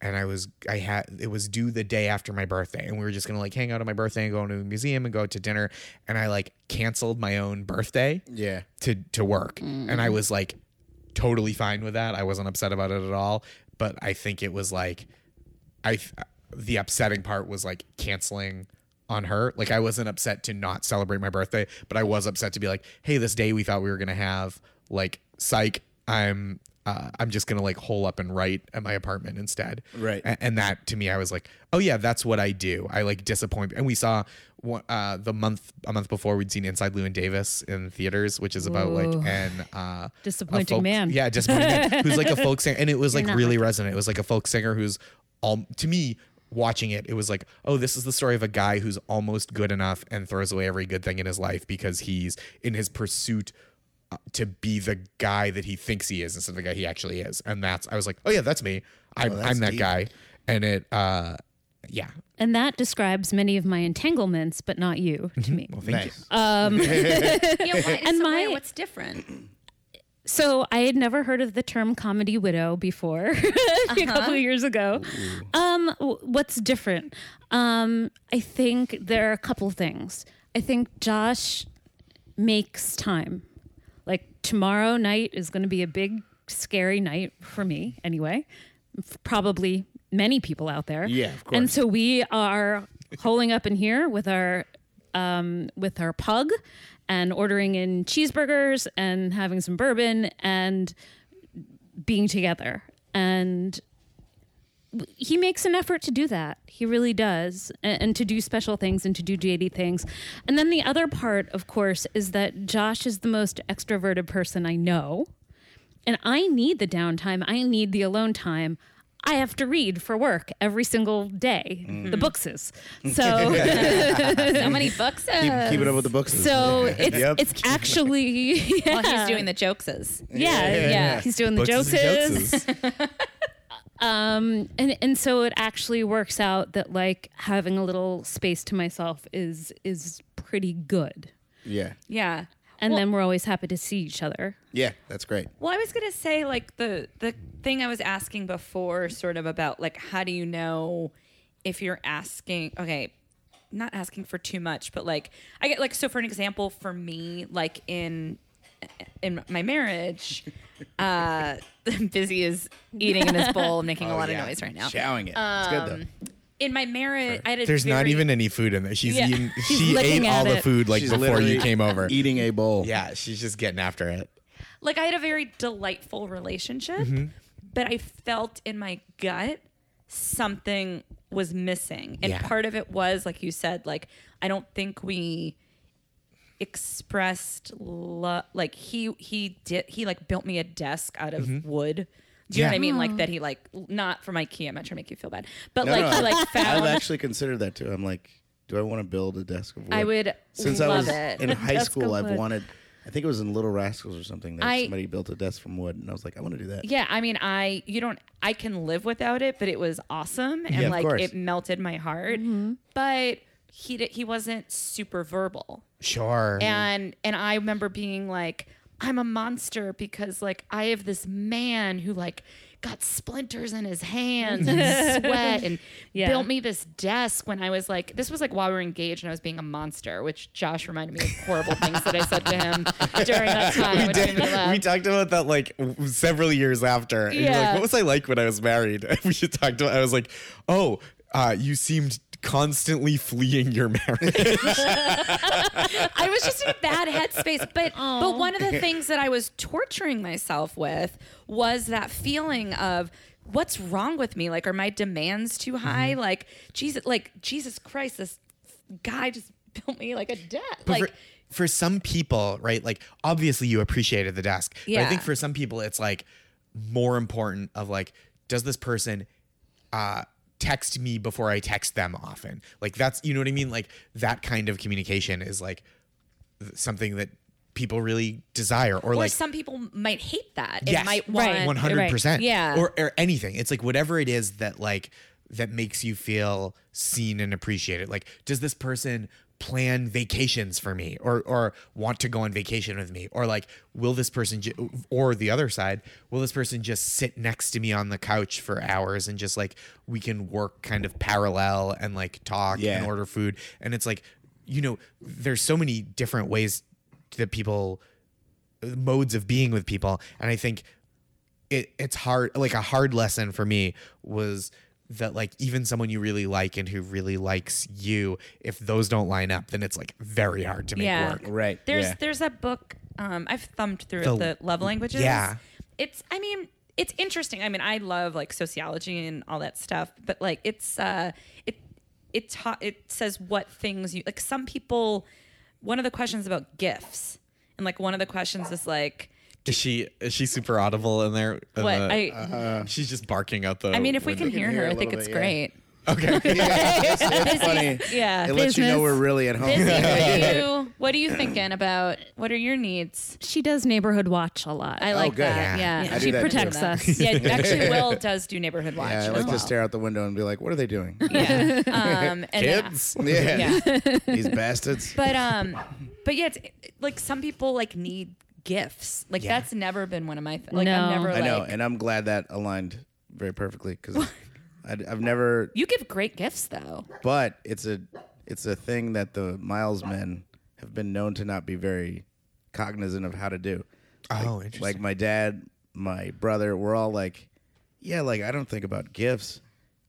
S4: and I was I had it was due the day after my birthday and we were just going to like hang out on my birthday and go into a museum and go to dinner and I like canceled my own birthday
S2: Yeah.
S4: to to work and I was like totally fine with that. I wasn't upset about it at all, but I think it was like I th- the upsetting part was like canceling on her. Like I wasn't upset to not celebrate my birthday, but I was upset to be like, "Hey, this day we thought we were going to have like psych, I'm uh, I'm just gonna like hole up and write at my apartment instead.
S2: Right.
S4: A- and that to me, I was like, oh yeah, that's what I do. I like disappoint. And we saw one- uh, the month a month before we'd seen Inside Llewyn Davis in theaters, which is about
S3: Ooh.
S4: like an uh, a
S3: Disappointing
S4: folk-
S3: man.
S4: Yeah, disappointing man who's like a folk singer, and it was like
S3: not
S4: really resonant. It was like a folk singer who's all to me watching it. It was like, oh, this is the story of a guy who's almost good enough and throws away every good thing in his life because he's in his pursuit uh, to be the guy that he thinks he is instead of the guy he actually is. And that's I was like, oh yeah, that's me. I'm
S2: that's
S4: I'm that
S2: deep.
S4: guy. And it, uh, yeah,
S3: And that describes many of my entanglements, but not you to me.
S2: Nice.
S1: yeah, what,
S3: And
S1: and
S3: my-
S1: my what's different?
S3: So I had never heard of the term comedy widow before a couple of years ago. Um, w- what's different? Um, I think there are a couple things. I think Josh makes time. Like tomorrow night is going to be a big, scary night for me, anyway. F- Probably many people out there.
S2: Yeah, of
S3: And
S2: course.
S3: so we are holing up in here with our um, with our pug and ordering in cheeseburgers and having some bourbon and being together. And he makes an effort to do that. He really does. a- And, to do special things and to do JD things. And then the other part, of course, is that Josh is the most extroverted person I know. And I need the downtime. I need the alone time. I have to read for work every single day. The books is. So
S1: So many books.
S2: Keep, keep it up with the books.
S3: so it's
S2: Yep.
S3: it's actually yeah.
S1: While he's doing the jokeses.
S3: yeah, yeah,
S2: yeah.
S3: he's doing the
S4: Books
S3: jokes,
S4: and jokes.
S3: and and so it actually works out that like having a little space to myself is is pretty good,
S2: yeah.
S1: Yeah.
S3: and
S1: Well-
S3: then we're always happy to see each other.
S2: Yeah. That's great.
S1: Well, I was gonna say like the the thing I was asking before, sort of about like how do you know if you're asking? Okay, not asking for too much, but like I get like so for an example for me, like in in my marriage, uh, busy is eating in this bowl, making a lot
S2: Yeah.
S1: of noise right now.
S2: Chowing it. it's
S1: Um,
S2: good though.
S1: In my marriage, I had a
S4: There's not
S1: very-
S4: even any food in there. She's
S1: Yeah.
S4: eating. She ate
S3: looking at
S4: all the
S3: it.
S4: food like
S2: She's
S4: before
S2: literally
S4: you came over.
S2: Eating a bowl.
S4: Yeah, she's just getting after it.
S1: like I had a very delightful relationship,
S2: Mm-hmm.
S1: but I felt in my gut something was missing. And
S4: Yeah.
S1: part of it was, like you said, like I don't think we expressed love like he he did he like built me a desk out of
S2: Mm-hmm.
S1: wood. Do you know
S4: Yeah.
S1: what I mean? Like that he like not from IKEA, I'm not trying to make you feel bad. But
S2: No,
S1: like
S2: no,
S1: he like
S2: I've
S1: found
S2: actually considered that too. I'm like, do I want to build a desk of wood?
S1: I would
S2: Since
S1: love
S2: I was
S1: it.
S2: in high
S3: Desk of
S2: school, I've
S3: wood.
S2: wanted. I think it was in Little Rascals or something that
S1: I-
S2: somebody built a desk from wood, and I was like, I want to do that.
S1: Yeah, I mean, I you don't I can live without it, but it was awesome and
S2: Yeah, of
S1: like
S2: course.
S1: it melted my heart. But he di- he wasn't super verbal,
S4: Sure.
S1: and and I remember being like, I'm a monster because like I have this man who like got splinters in his hands and sweat and
S3: Yeah.
S1: built me this desk when I was like, this was like while we were engaged and I was being a monster, which Josh reminded me of horrible things that I said to him during that time.
S4: we,
S1: which
S4: did,
S1: made me laugh.
S4: we talked about that like w- several years after. And you're
S1: Yeah.
S4: like, what was I like when I was married? we just talked about. I was like, oh, uh, you seemed constantly fleeing your marriage.
S1: I was just in a bad headspace. But but one of the things that I was torturing myself with was that feeling of what's wrong with me? Like, are my demands too high?
S4: Mm-hmm.
S1: Like Jesus, like Jesus Christ, this guy just built me like a debt.
S4: But
S1: Like.
S4: for, for some people, right? Like obviously you appreciated the desk, but I think
S1: Yeah.
S4: for some people it's like more important of like, does this person uh text me before I text them often? Like that's you know what I mean? Like that kind of communication is like th- something that people really desire or,
S1: or
S4: like
S1: some people might hate that.
S4: Yes.
S1: It might want
S3: Right.
S4: one hundred percent.
S1: Yeah.
S4: Or or anything. It's like whatever it is that like that makes you feel seen and appreciated. Like, does this person plan vacations for me or or want to go on vacation with me or like will this person ju- or the other side will this person just sit next to me on the couch for hours and just like we can work kind of parallel and like talk
S2: Yeah.
S4: and order food and it's like you know there's so many different ways that people modes of being with people and i think it, it's hard like a hard lesson for me was that like even someone you really like and who really likes you if those don't line up then it's like very hard to make
S1: Yeah.
S4: work
S2: Right.
S1: There's
S2: yeah.
S1: there's that book. Um, I've thumbed through
S4: The-
S1: the, the love languages.
S4: yeah.
S1: It's I mean it's interesting. I mean I love like sociology and all that stuff, but like it's uh it it ta- it says what things you like. Some people one of the questions about gifts and like one of the questions is like
S4: is she is she super audible in there
S2: Uh,
S4: In
S1: what
S4: the- Uh-huh.
S1: I
S4: she's just barking out the
S1: I mean if we can
S2: can
S1: hear
S2: hear
S1: her
S2: a
S1: I think
S2: little
S1: it's
S2: bit, yeah.
S1: great.
S4: okay
S2: it's, it's funny.
S1: Yeah.
S2: It lets you know
S3: Business.
S2: we're really at home.
S1: Izzy, what are you what are you thinking about? What are your needs?
S3: She does neighborhood watch a lot.
S1: I like
S2: good.
S1: that.
S3: Yeah.
S1: Yeah,
S3: I do She that protects too. us.
S1: yeah, actually, Will does do neighborhood watch.
S2: Yeah, I
S1: as
S2: like
S1: well.
S2: to stare out the window and be like, "What are they doing?"
S1: Yeah. Um, and then-
S4: kids
S2: Yeah,
S1: yeah.
S2: these bastards.
S1: But um, but yeah, it's like some people like need gifts. Like
S4: Yeah.
S1: that's never been one of my th- like
S3: No.
S1: I've never
S2: I
S1: like
S2: know, and I'm glad that aligned very perfectly because I've never.
S1: you give great gifts though.
S2: But it's a it's a thing that the Miles men have been known to not be very cognizant of how to do.
S4: oh interesting
S2: Like my dad, my brother, we're all like, yeah, like I don't think about gifts.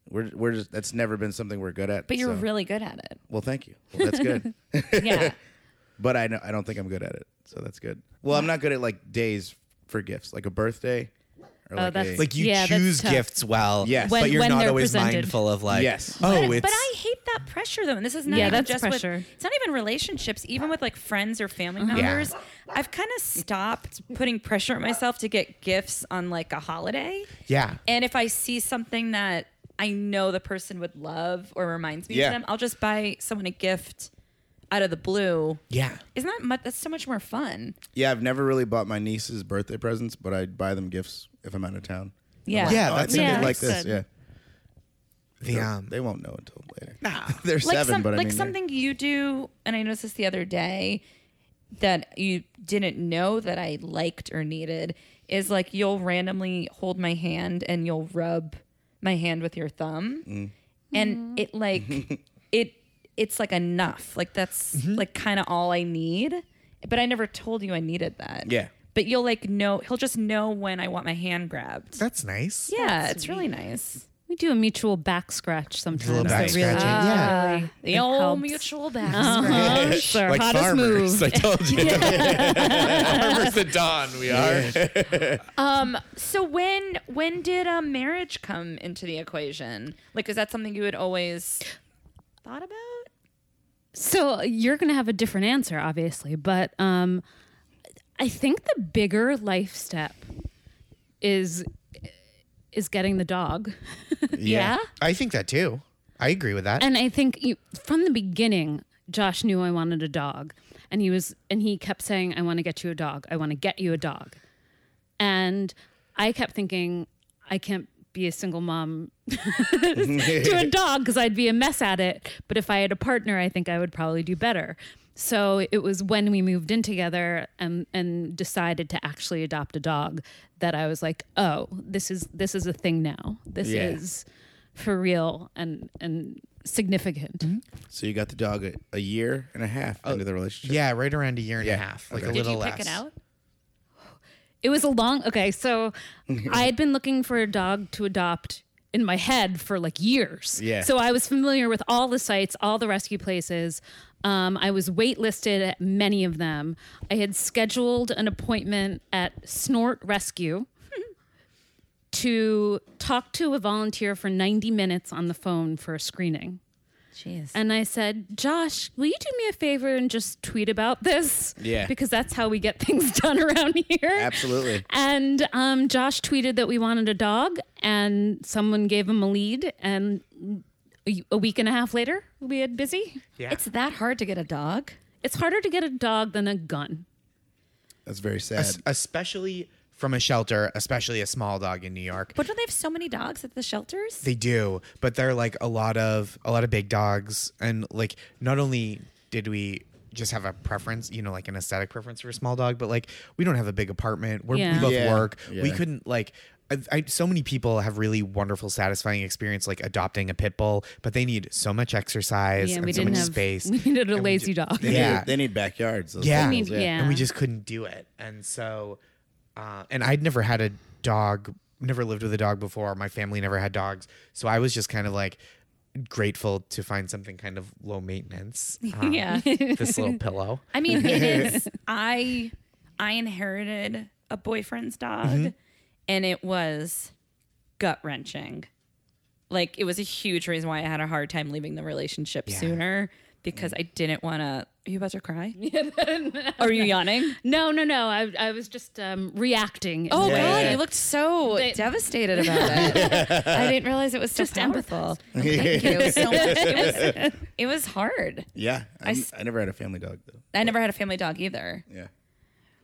S2: We're we're just that's never been something we're good at.
S1: But you're
S2: so-
S1: really good at it.
S2: well. Thank you. Well, that's good.
S1: Yeah.
S2: but I know I don't think I'm good at it, so that's good. Well, I'm not good at like days for gifts, like a birthday.
S1: Oh,
S2: Or like
S3: that's-
S2: a-
S4: like you
S3: Yeah, that's
S4: choose
S3: tough.
S4: gifts well
S2: Yes.
S4: but
S3: When-
S4: you're
S3: when
S4: not
S3: they're
S4: always
S3: presented.
S4: mindful of like
S2: Yes.
S4: oh
S1: but,
S4: it's
S1: but I hate that pressure though, and this is not
S3: Yeah,
S1: even
S3: that's
S1: just
S3: pressure.
S1: With, it's not even relationships, even with like friends or family members. I've kind of stopped putting pressure on myself to get gifts on like a holiday.
S4: yeah
S1: And if I see something that I know the person would love or reminds me
S2: Yeah.
S1: of them, I'll just buy someone a gift out of the blue.
S4: yeah
S1: Isn't that much? That's so much more fun.
S2: yeah, I've never really bought my nieces birthday presents, but I buy them gifts if I'm out of town.
S1: Yeah.
S4: Yeah,
S2: oh,
S4: that's
S2: I think
S3: a
S2: they'd
S3: good-
S2: like this.
S3: good.
S2: Yeah,
S4: the um
S2: they won't know until later. Nah, they're
S1: Like,
S2: seven,
S1: some,
S2: but I
S1: like
S2: mean, they're-
S1: something you do, and I noticed this the other day that you didn't know that I liked or needed is like you'll randomly hold my hand and you'll rub my hand with your thumb,
S2: Mm.
S3: Mm-hmm.
S1: and it like it it's like enough. Like that's
S2: Mm-hmm.
S1: like kind of all I need, but I never told you I needed that.
S2: Yeah.
S1: But you'll like know he'll just know when I want my hand grabbed.
S4: that's nice
S1: yeah, it's really nice.
S3: We do a mutual back scratch sometimes.
S4: back
S3: that really,
S4: scratching, yeah.
S3: really
S1: The old
S3: Uh, helps.
S1: mutual back.
S3: Uh-huh. It's our
S4: like
S3: hottest
S4: farmers.
S3: move.
S4: I told you. farmers at dawn, we are.
S1: Um. So when when did um, marriage come into the equation? Like, is that something you had always thought about?
S3: So you're going to have a different answer, obviously, but um, I think the bigger life step is is getting the dog.
S1: Yeah.
S4: I think that too. I agree with that.
S3: and I think you, from the beginning, Josh knew I wanted a dog, and he was and he kept saying, "I want to get you a dog. I want to get you a dog," and I kept thinking, I can't be a single mom to a dog because I'd be a mess at it. But if I had a partner, I think I would probably do better. So it was when we moved in together and and decided to actually adopt a dog that I was like, "Oh, this is this is a thing now. This
S2: Yeah.
S3: is for real and and significant."
S2: So you got the dog a, a year and a half into the relationship.
S4: Yeah, right around a year and
S2: Yeah.
S4: a half, like
S2: Okay.
S4: a
S1: Did
S4: little
S1: you
S4: less.
S1: pick it out?
S3: It was a long okay, so I had been looking for a dog to adopt in my head for like years.
S2: Yeah.
S3: So I was familiar with all the sites, all the rescue places. Um, I was waitlisted at many of them. I had scheduled an appointment at Snort Rescue to talk to a volunteer for 90 minutes on the phone for a screening.
S1: Jeez.
S3: And I said, Josh, will you do me a favor and just tweet about this?
S2: Yeah.
S3: Because that's how we get things done around here.
S2: Absolutely.
S3: And um, Josh tweeted that we wanted a dog, and someone gave him a lead. And a- a week and a half later, we had busy.
S4: Yeah.
S1: It's that hard to get a dog.
S3: It's harder to get a dog than a gun.
S2: That's very sad.
S4: Es- especially from a shelter, especially a small dog in New York.
S1: But don't they have so many dogs at the shelters?
S4: They do, but they're like a lot of a lot of big dogs, and like not only did we just have a preference, you know, like an aesthetic preference for a small dog, but like we don't have a big apartment. We're,
S3: Yeah.
S4: We both
S2: Yeah.
S4: work. We
S2: Yeah.
S4: couldn't like. I, I, so many people have really wonderful, satisfying experience like adopting a pit bull, but they need so much exercise
S3: yeah,
S4: and
S3: we
S4: so
S3: didn't
S4: much
S3: have
S4: space.
S3: We needed a lazy dog.
S2: They
S4: Yeah.
S2: need, they need backyards. those
S4: Yeah.
S2: animals,
S3: They need- yeah.
S4: and we just couldn't do it. And so, uh, and I'd never had a dog, never lived with a dog before. My family never had dogs, so I was just kind of like grateful to find something kind of low maintenance. um,
S1: Yeah.
S4: this little pillow.
S1: I mean, it is. I I inherited a boyfriend's dog,
S4: Mm-hmm.
S1: and it was gut wrenching. Like it was a huge reason why I had a hard time leaving the relationship sooner because I didn't want to. Are you about to cry? Are you yawning?
S3: No, no, no. I, I was just um, reacting. in
S1: Oh
S3: a way.
S1: God, you looked so devastated about it. I didn't realize it was so
S3: Just
S1: powerful. Thank you so much. It was, it was hard.
S2: Yeah. I'm-
S1: s-
S2: I never had a family dog though.
S1: I never had a family dog either.
S2: Yeah.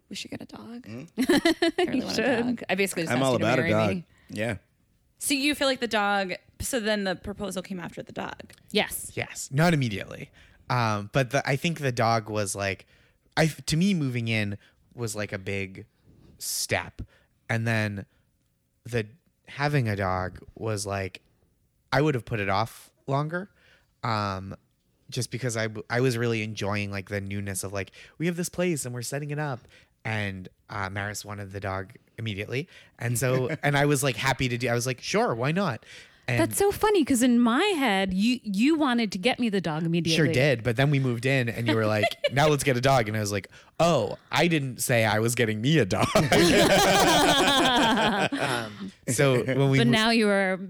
S1: We should get a dog. I really want a dog. I basically just
S2: Hmm? I'm
S1: asked
S2: all
S1: you to
S2: about a
S1: marry
S2: dog.
S1: me.
S2: Yeah.
S1: So you feel like the dog. So then the proposal came after the dog.
S3: Yes.
S4: Yes, not immediately, um, but the, I think the dog was like, I to me moving in was like a big step, and then the having a dog was like, I would have put it off longer, um, just because I w- I was really enjoying like the newness of like we have this place and we're setting it up, and uh, Maris wanted the dog immediately, and so and I was like happy to do. I was like, sure, why not? And
S3: That's so funny because in my head, you you wanted to get me the dog immediately.
S4: Sure did, but then we moved in, and you were like, "Now let's get a dog," and I was like, "Oh, I didn't say I was getting me a dog." Um, so when we,
S3: But
S4: moved-
S3: now you are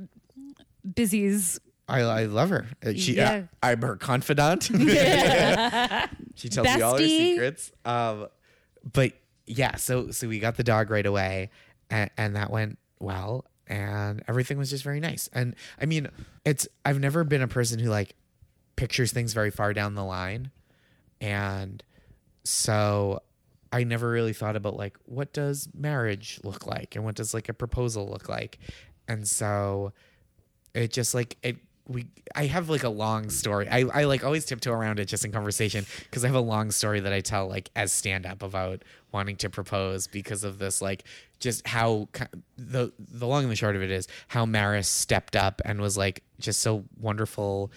S3: busy's.
S4: I, I love her. Uh, She,
S3: Yeah.
S4: I, I'm her confidant. she tells me all her
S3: Bestie.
S4: secrets. Um, but yeah, so so we got the dog right away, and, and that went well, and everything was just very nice. And I mean, it's I've never been a person who like pictures things very far down the line, and so I never really thought about like what does marriage look like and what does like a proposal look like, and so it just like it we i have like a long story i, I like always tiptoe around it just in conversation because i have a long story that i tell like as stand up about wanting to propose because of this like just how ki- the the long and the short of it is how maris stepped up and was like just so wonderful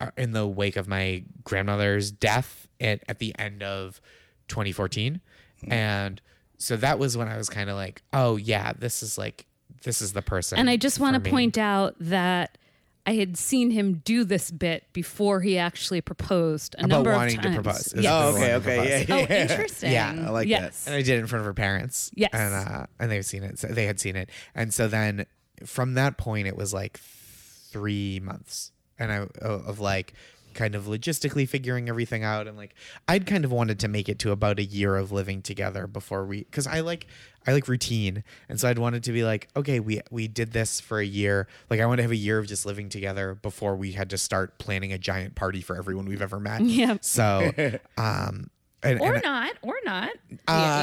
S4: uh, in the wake of my grandmother's death at, at the end of 2014 and so that was when i was kind of like oh yeah this is like this is the person
S3: And I just want
S4: for
S3: to
S4: me.
S3: point out that I had seen him do this bit before he actually proposed a
S4: About
S3: number
S4: wanting
S3: of
S4: to
S3: times.
S4: propose.
S3: Yes.
S2: Oh,
S4: Everyone
S2: okay,
S4: of
S2: okay,
S4: us.
S2: yeah,
S1: Oh,
S2: yeah.
S1: interesting.
S4: Yeah,
S2: I like
S3: Yes.
S4: and I did it in front of her parents.
S3: Yes.
S4: and uh, and they've seen it. So they had seen it, and so then from that point, it was like three months, and I of of, like kind of logistically figuring everything out, and like I'd kind of wanted to make it to about a year of living together before we, because I like I like routine, and so I'd wanted to be like, okay, we we did this for a year, like I want to have a year of just living together before we had to start planning a giant party for everyone we've ever met.
S3: Yeah.
S4: So, um. And,
S1: Or
S4: and
S1: not, or not.
S4: Uh,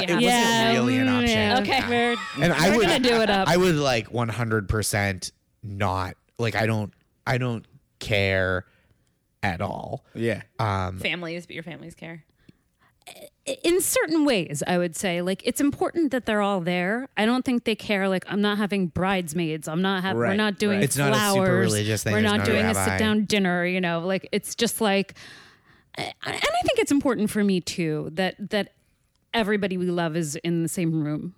S1: yeah,
S4: it
S1: yeah.
S4: wasn't
S3: Yeah,
S4: really an
S3: mm,
S4: option.
S3: yeah.
S1: Okay.
S3: We're,
S4: And I
S3: we're
S4: would
S3: gonna do it up.
S4: I would like 100% not like I don't I don't care at all.
S2: Yeah.
S4: Um
S1: families, but your families care.
S3: in certain ways, I would say, like it's important that they're all there. I don't think they care. Like I'm not having bridesmaids. I'm not having. We're
S2: Right,
S3: not doing
S2: right.
S4: It's not
S3: flowers.
S4: a super religious thing.
S3: We're
S4: There's
S3: not
S4: no
S3: doing a
S4: rabbi.
S3: sit down dinner. You know, like it's just like, and I think it's important for me too that that everybody we love is in the same room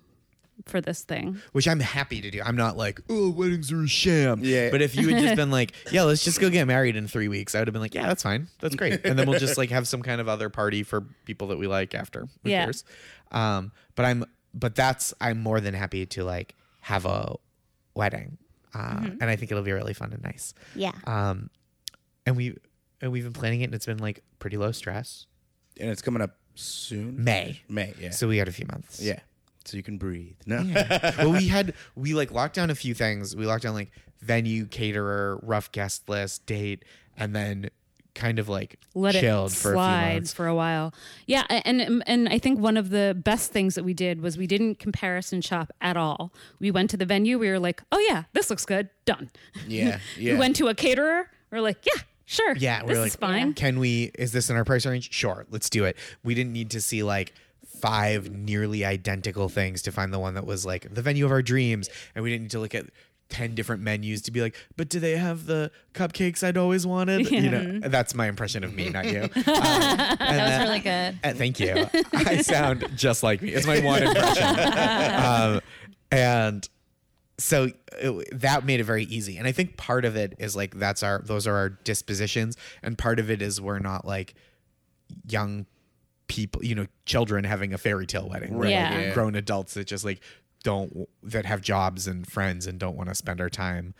S3: for this thing.
S4: which I'm happy to do. I'm not like, oh, weddings are a sham.
S2: Yeah.
S4: But if you had just been like, yeah, let's just go get married in three weeks, I would have been like, yeah, that's fine. That's great. And then we'll just like have some kind of other party for people that we like after. Who
S3: Yeah.
S4: cares? Um, but I'm, but that's, I'm more than happy to like have a wedding. Uh, And I think it'll be really fun and nice.
S5: Yeah.
S4: Um, and we, and we've been planning it and it's been like pretty low stress.
S2: and it's coming up soon.
S4: May.
S2: May, yeah.
S4: So we got a few months.
S2: yeah. So you can breathe. No.
S4: well, we had we like locked down a few things. We locked down like venue, caterer, rough guest list, date, and then kind of like
S3: let
S4: chilled
S3: it
S4: for a few
S3: slide
S4: months.
S3: for a while. Yeah, a- and um, and I think one of the best things that we did was we didn't comparison shop at all. We went to the venue. We were like, oh yeah, this looks good. Done.
S2: yeah. Yeah.
S3: We went to a caterer. We are like, yeah, sure.
S4: Yeah, we
S3: this
S4: we're like,
S3: is fine.
S4: can we? Is this in our price range? Sure, let's do it. We didn't need to see like five nearly identical things to find the one that was like the venue of our dreams, and we didn't need to look at. 10 different menus to be like, but do they have the cupcakes I'd always wanted? You know, that's my impression of me, not you. Um, and
S1: That
S4: then-
S1: was really good.
S4: Uh, thank you. I sound just like me. It's my one impression. um, and so it, that made it very easy. And I think part of it is like that's our those are our dispositions, and part of it is we're not like young people, you know, children having a fairy tale wedding. We're, like,
S3: Yeah.
S2: Yeah.
S4: grown adults that just like don't that have jobs and friends and don't want to spend our time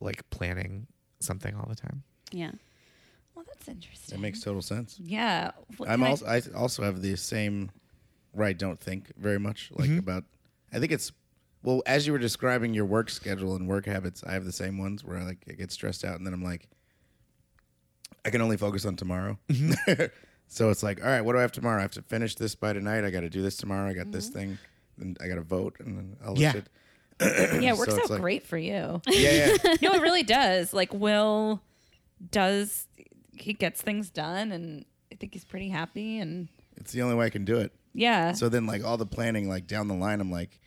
S4: like planning something all the time.
S3: Yeah.
S1: Well, that's interesting.
S2: That makes total sense.
S1: yeah. Well,
S2: I'm
S1: can I-
S2: also I also have the same right don't think very much like
S1: Mm-hmm.
S2: about I think it's well as you were describing your work schedule and work habits I have the same ones where I like I get stressed out and then I'm like I can only focus on tomorrow.
S1: Mm-hmm.
S2: so it's like all right what do I have tomorrow? I have to finish this by tonight. I got to do this tomorrow. I got this
S1: Mm-hmm.
S2: thing and I got to vote and then I'll
S4: Yeah.
S2: it.
S1: yeah, it works
S2: so it's
S1: out
S2: like-
S1: great for you.
S2: Yeah, yeah.
S1: no, it really does. Like Will does he gets things done and I think he's pretty happy and
S2: it's the only way I can do it.
S1: yeah.
S2: So then like all the planning like down the line I'm like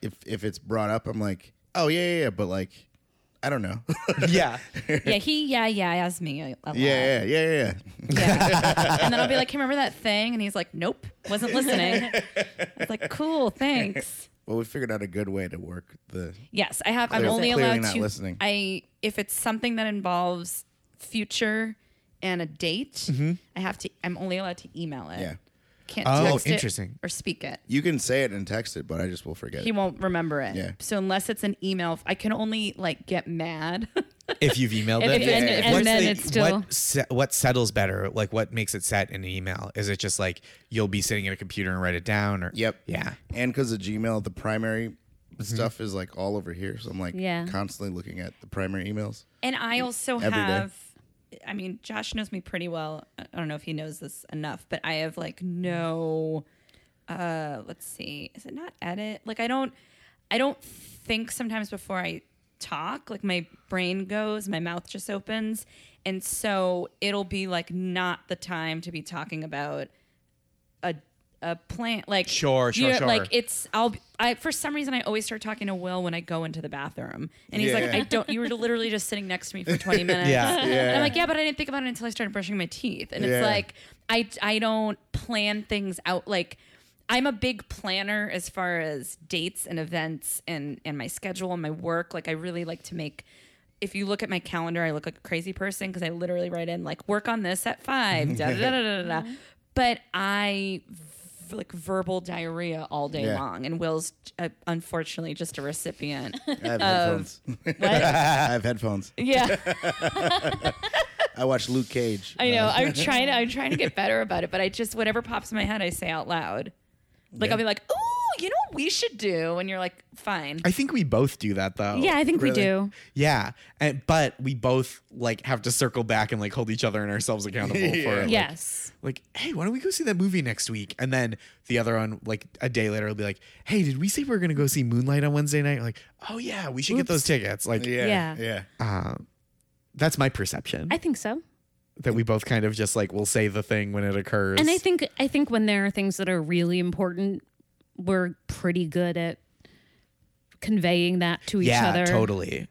S2: if if it's brought up I'm like oh yeah yeah, yeah but like I don't know.
S4: Yeah.
S1: yeah, he yeah, yeah, asked me a, a lot.
S2: Yeah, yeah, yeah, yeah. yeah.
S1: Yeah. and then I'll be like, Hey, remember that thing? And he's like, Nope, wasn't listening. It's like, Cool, thanks.
S2: well, we figured out a good way to work the.
S1: Yes, I have I'm
S2: Clear-
S1: only
S2: clearly
S1: allowed
S2: not
S1: to
S2: listening.
S1: I if it's something that involves future and a date, I have to I'm only allowed to email it.
S2: Mm-hmm. Yeah,
S1: Can't
S4: Oh,
S1: text it
S4: interesting.
S1: or speak it.
S2: you can say it and text it, but I just will forget.
S1: He
S2: it.
S1: won't remember it.
S2: Yeah.
S1: So unless it's an email, I can only like get mad.
S4: if you've emailed
S3: If
S4: it.
S3: it's-
S2: and-
S3: and
S4: What's
S3: then it's still-
S4: what, se- what settles better. Like what makes it set in an email? Is it just like you'll be sitting at a computer and write it down, or
S2: Yep.
S4: yeah,
S2: And because of Gmail, the primary
S1: Mm-hmm.
S2: stuff is like all over here, so I'm like
S3: Yeah.
S2: constantly looking at the primary emails.
S1: and I also
S2: Every day.
S1: have I mean, Josh knows me pretty well. I I don't know if he knows this enough, but I have like no uh let's see. Is it not edit? Like I don't I don't think sometimes before I talk, like my brain goes, my mouth just opens. And so it'll be like not the time to be talking about a a plan like
S4: Sure, sure,
S1: you know,
S4: sure.
S1: like it's I'll I for some reason I always start talking to Will when I go into the bathroom and he's like
S2: Yeah.
S1: I don't you were literally just sitting next to me for 20 minutes
S4: Yeah.
S1: and I'm like yeah but I didn't think about it until I started brushing my teeth and
S2: Yeah.
S1: it's like I I don't plan things out like I'm a big planner as far as dates and events and and my schedule and my work like I really like to make if you look at my calendar, I look like a crazy person because I literally write in like work on this at five. da, da, da, da, da, da. But I v- like verbal diarrhea all day
S2: Yeah.
S1: long, and Will's uh, unfortunately just a recipient.
S2: I have headphones. I have headphones.
S1: yeah,
S2: I watch Luke Cage.
S1: I know. I'm trying to. I'm trying to get better about it, but I just whatever pops in my head, I say out loud. Like I'll be like, "Oh, you know what we should do," and you're like, "Fine."
S4: I think we both do that though.
S3: Yeah, I think we
S2: really?
S3: do.
S4: yeah, and but we both like have to circle back and like hold each other and ourselves accountable for like,
S3: Yes.
S4: Like, hey, why don't we go see that movie next week? And then the other one, like a day later, will be like, hey, did we say we are gonna go see Moonlight on Wednesday night? Like, oh yeah, we should get those tickets. Like,
S2: Yeah,
S3: Yeah.
S2: yeah.
S4: that's my perception.
S3: I think so.
S4: that we both kind of just like will say the thing when it occurs.
S3: And I think I think when there are things that are really important, we're pretty good at conveying that to each
S4: yeah,
S3: other
S4: totally.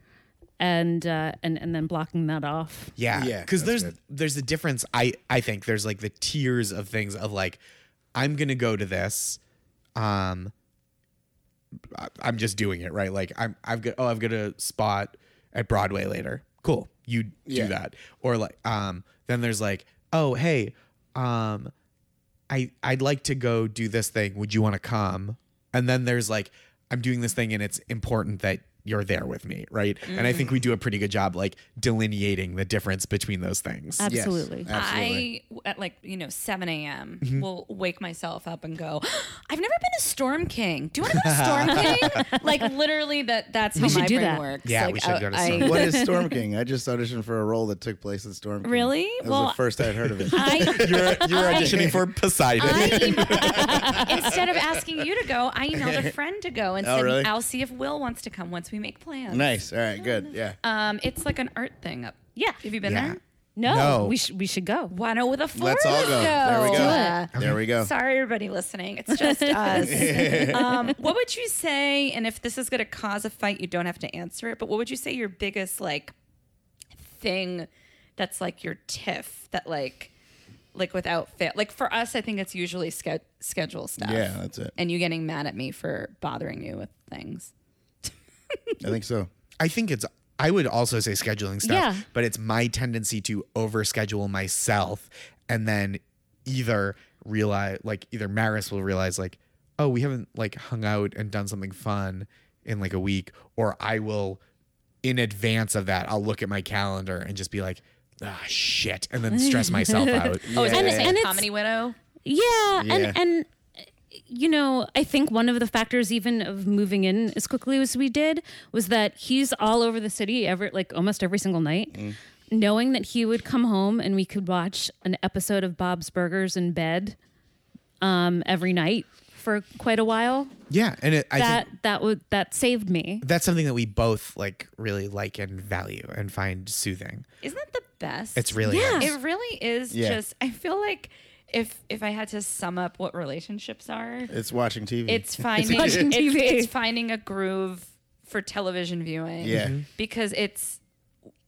S3: and uh, and and then blocking that off.
S4: Yeah,
S2: Yeah,
S4: Because
S2: that's
S4: there's
S2: good.
S4: there's a difference. I I think there's like the tiers of things of like I'm gonna go to this. Um, I- I'm just doing it right. Like I'm I've got oh I've got a spot at Broadway later. Cool, you do
S2: Yeah.
S4: that. Or like um then there's like oh hey um I I'd like to go do this thing. Would you want to come? And then there's like I'm doing this thing and it's important that you're there with me, right? And I think we do a pretty good job like delineating the difference between those things.
S3: Ab- Absolutely.
S2: absolutely.
S1: I at like you know seven a.m.
S4: Mm-hmm.
S1: will wake myself up and go. I've never been a storm king. Do you want to go to storm king? like literally, that that's how
S3: should
S1: my
S3: do
S1: brain
S3: that.
S1: works.
S4: Yeah,
S1: like,
S4: we should
S1: I-
S4: go to
S1: I-
S4: storm-
S2: what is Storm King? I just auditioned for a role that took place in Storm King.
S1: Really?
S2: That was
S1: Well,
S2: the first I'd heard of it.
S1: I
S4: You're, you're auditioning for Poseidon.
S1: I emailed- instead of asking you to go, I emailed a friend to go and
S2: Oh,
S1: said,
S2: really?
S1: "I'll see if Will wants to come once we make plans."
S2: nice. All right. Good. Yeah.
S1: Um, it's like an art thing. Up.
S3: Yeah.
S1: Have you been
S4: Yeah.
S1: there?
S3: No,
S4: No.
S3: we should we should go.
S1: Why not with a four?
S2: Let's all go. There we go. There we go.
S1: Sorry, everybody listening. It's just us. um, what would you say? And if this is going to cause a fight, you don't have to answer it. But what would you say your biggest like thing that's like your tiff that like like without fail? Like for us, I think it's usually ske- schedule stuff.
S2: Yeah, that's it.
S1: And you getting mad at me for bothering you with things.
S2: I think so.
S4: I think it's I would also say scheduling stuff,
S3: Yeah.
S4: but it's my tendency to overschedule myself and then either realize like either Maris will realize like, oh, we haven't like hung out and done something fun in like a week, or I will in advance of that, I'll look at my calendar and just be like, ah shit, and then stress myself out.
S1: Oh, is that
S3: And-
S1: the same
S3: and it's-
S1: comedy widow?
S3: Yeah,
S2: Yeah.
S3: and and you know, I think one of the factors even of moving in as quickly as we did was that he's all over the city every like almost every single night.
S2: Mm.
S3: Knowing that he would come home and we could watch an episode of Bob's Burgers in bed um, every night for quite a while,
S4: Yeah. And it, I think
S3: that that would that saved me.
S4: that's something that we both like really like and value and find soothing.
S1: Isn't that the best?
S4: It's really
S3: Yeah.
S4: nice.
S1: It really is
S2: Yeah.
S1: just. I feel like if if I had to sum up what relationships are,
S2: It's watching TV.
S1: It's finding it's,
S3: watching TV.
S1: it's finding a groove for television viewing.
S2: Yeah.
S3: Mm-hmm.
S2: Mhm.
S1: Because it's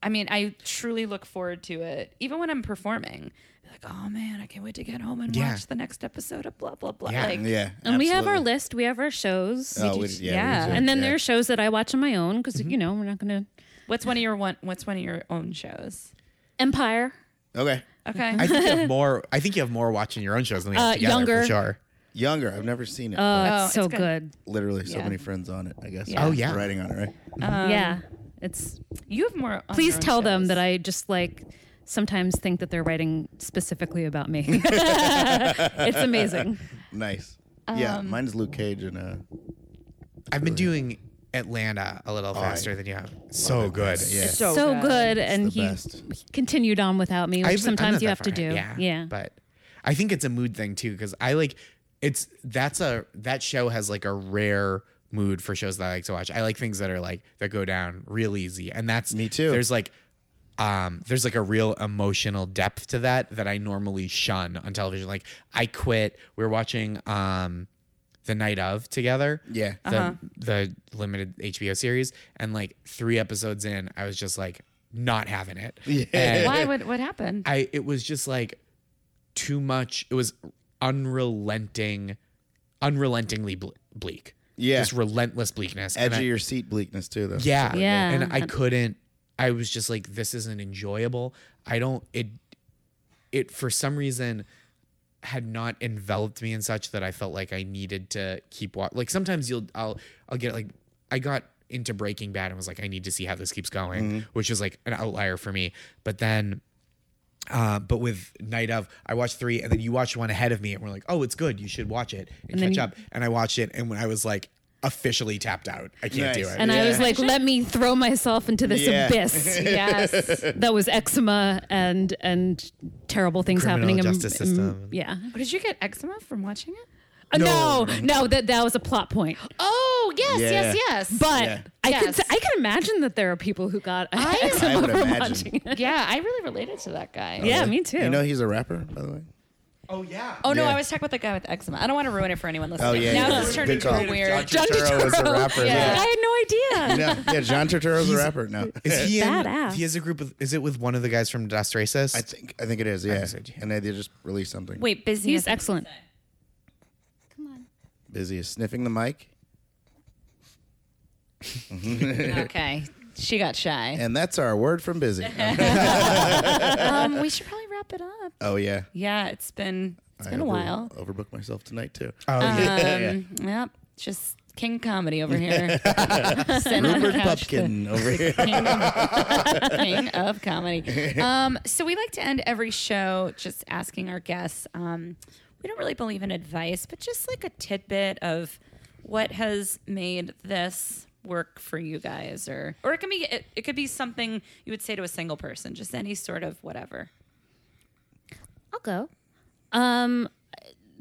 S1: I mean, I truly look forward to it. Even when I'm performing. Like, oh man, I can't wait to get home and
S4: Yeah.
S1: watch the next episode of blah blah blah.
S4: Yeah.
S1: Like
S2: yeah.
S3: And we have our
S2: absolutely.
S3: list, we have our shows.
S2: Oh, we- yeah, we
S1: yeah.
S2: do,
S3: and then
S2: yeah. Mm-hmm.
S3: there are shows that I watch on my own because you know we're not going to
S1: what's one of your one what's one of your own shows?
S3: Empire.
S2: okay
S1: Okay.
S4: I think you have more. I think you have more watching your own shows than we have
S3: Uh,
S4: together
S3: younger.
S4: for sure.
S2: younger. I've never seen it.
S3: Oh,
S1: Oh,
S3: it's so
S1: it's good.
S3: good.
S2: but Literally, so
S1: yeah.
S2: many friends on it. I guess.
S1: Yeah.
S4: Oh, yeah.
S2: Writing on it, right?
S3: yeah, it's
S1: Um, you have more on your
S3: Please
S1: own
S3: tell them
S1: shows.
S3: that I just like sometimes think that they're writing specifically about me. it's amazing.
S2: Nice. yeah. Mine's Luke Cage and uh.
S4: I've been doing Atlanta a little faster than you have. So good.
S2: Yeah.
S1: It's
S3: So,
S1: so good.
S3: good. And
S2: the
S3: he,
S2: best.
S3: he continued on without me,
S4: I
S3: which
S4: haven't- I'm
S3: sometimes
S4: not
S3: you
S4: that
S3: have to
S4: far
S3: do.
S4: in.
S3: Yeah.
S4: But I think it's a mood thing too, because I like it's that's a that show has like a rare mood for shows that I like to watch. I like things that are like that go down real easy. And that's
S2: Me too.
S4: There's like um there's like a real emotional depth to that that I normally shun on television. Like I quit. We were watching um the night of together.
S2: Yeah.
S4: the
S3: Uh-huh.
S4: the limited HBO series, and like three episodes in, I was just like not having it. Yeah.
S1: Why would what happened?
S4: I it was just like too much. It was unrelenting, unrelentingly ble- bleak.
S2: Yeah.
S4: just relentless bleakness.
S2: Edge
S4: And I-
S2: of your seat bleakness too, though.
S4: yeah.
S3: Yeah.
S4: And I couldn't I was just like this isn't enjoyable. I don't it it for some reason had not enveloped me in such that I felt like I needed to keep watching. Like sometimes you'll I'll I'll get like I got into Breaking Bad and was like I need to see how this keeps going, which was like an outlier for me. But then uh, but with Night of, I watched three, and then you watched one ahead of me, and we're like, "Oh, it's good. You should watch it and, catch up." And I watched it, and when I was like officially tapped out, I can't do
S2: Nice.
S4: it.
S3: And I was
S2: Yeah.
S3: like, let me throw myself into this
S2: Yeah.
S3: abyss
S1: yes.
S3: that was eczema and and terrible things
S4: Criminal
S3: happening. in-
S4: justice
S3: in-
S4: system.
S3: yeah.
S1: Did you get eczema from watching it?
S3: Uh, no, no, that that was a plot point.
S5: Oh yes,
S2: Yeah.
S5: yes, yes.
S3: But
S2: Yeah.
S3: I
S5: Yes.
S3: could I can imagine that there are people who got
S2: I
S3: eczema
S2: would
S3: from
S2: imagine.
S3: watching it.
S5: yeah, I really related to that guy.
S3: Yeah, me too.
S2: You know he's a rapper, by the way.
S4: Oh yeah.
S1: Oh no,
S2: Yeah.
S1: I was talking about the guy with eczema. I don't want to ruin it for anyone listening.
S2: Oh, yeah,
S1: now
S2: yeah,
S1: this
S2: yeah.
S1: turned
S2: Good
S1: into
S2: call.
S1: a weird.
S4: John Turturro is a rapper.
S1: Yeah.
S3: I had no idea.
S2: No, yeah, John Turturro's a rapper. No,
S4: Is he in,
S3: Badass.
S4: He has a group. With, is it with one of the guys from Das Races?
S2: I think I think it is. Yeah,
S4: said, yeah.
S2: and they, they just released something.
S1: Wait, busy.
S3: He's excellent.
S2: Busy is sniffing the mic,
S1: okay, she got shy.
S2: and that's our word from busy.
S1: um, we should probably wrap it up.
S2: oh yeah,
S1: Yeah, it's been it's
S2: I
S1: been a
S2: over-
S1: while.
S2: Overbooked myself tonight too.
S4: oh yeah.
S2: Yeah.
S1: Yep, just king comedy over here. Sitting on the
S2: Rupert
S1: couch, the-
S2: Pupkin over here.
S1: king of, king of comedy. Um, so we like to end every show just asking our guests. Um, we don't really believe in advice, but just like a tidbit of what has made this work for you guys, or or it can be it, it could be something you would say to a single person, just any sort of whatever.
S3: I'll go. Um,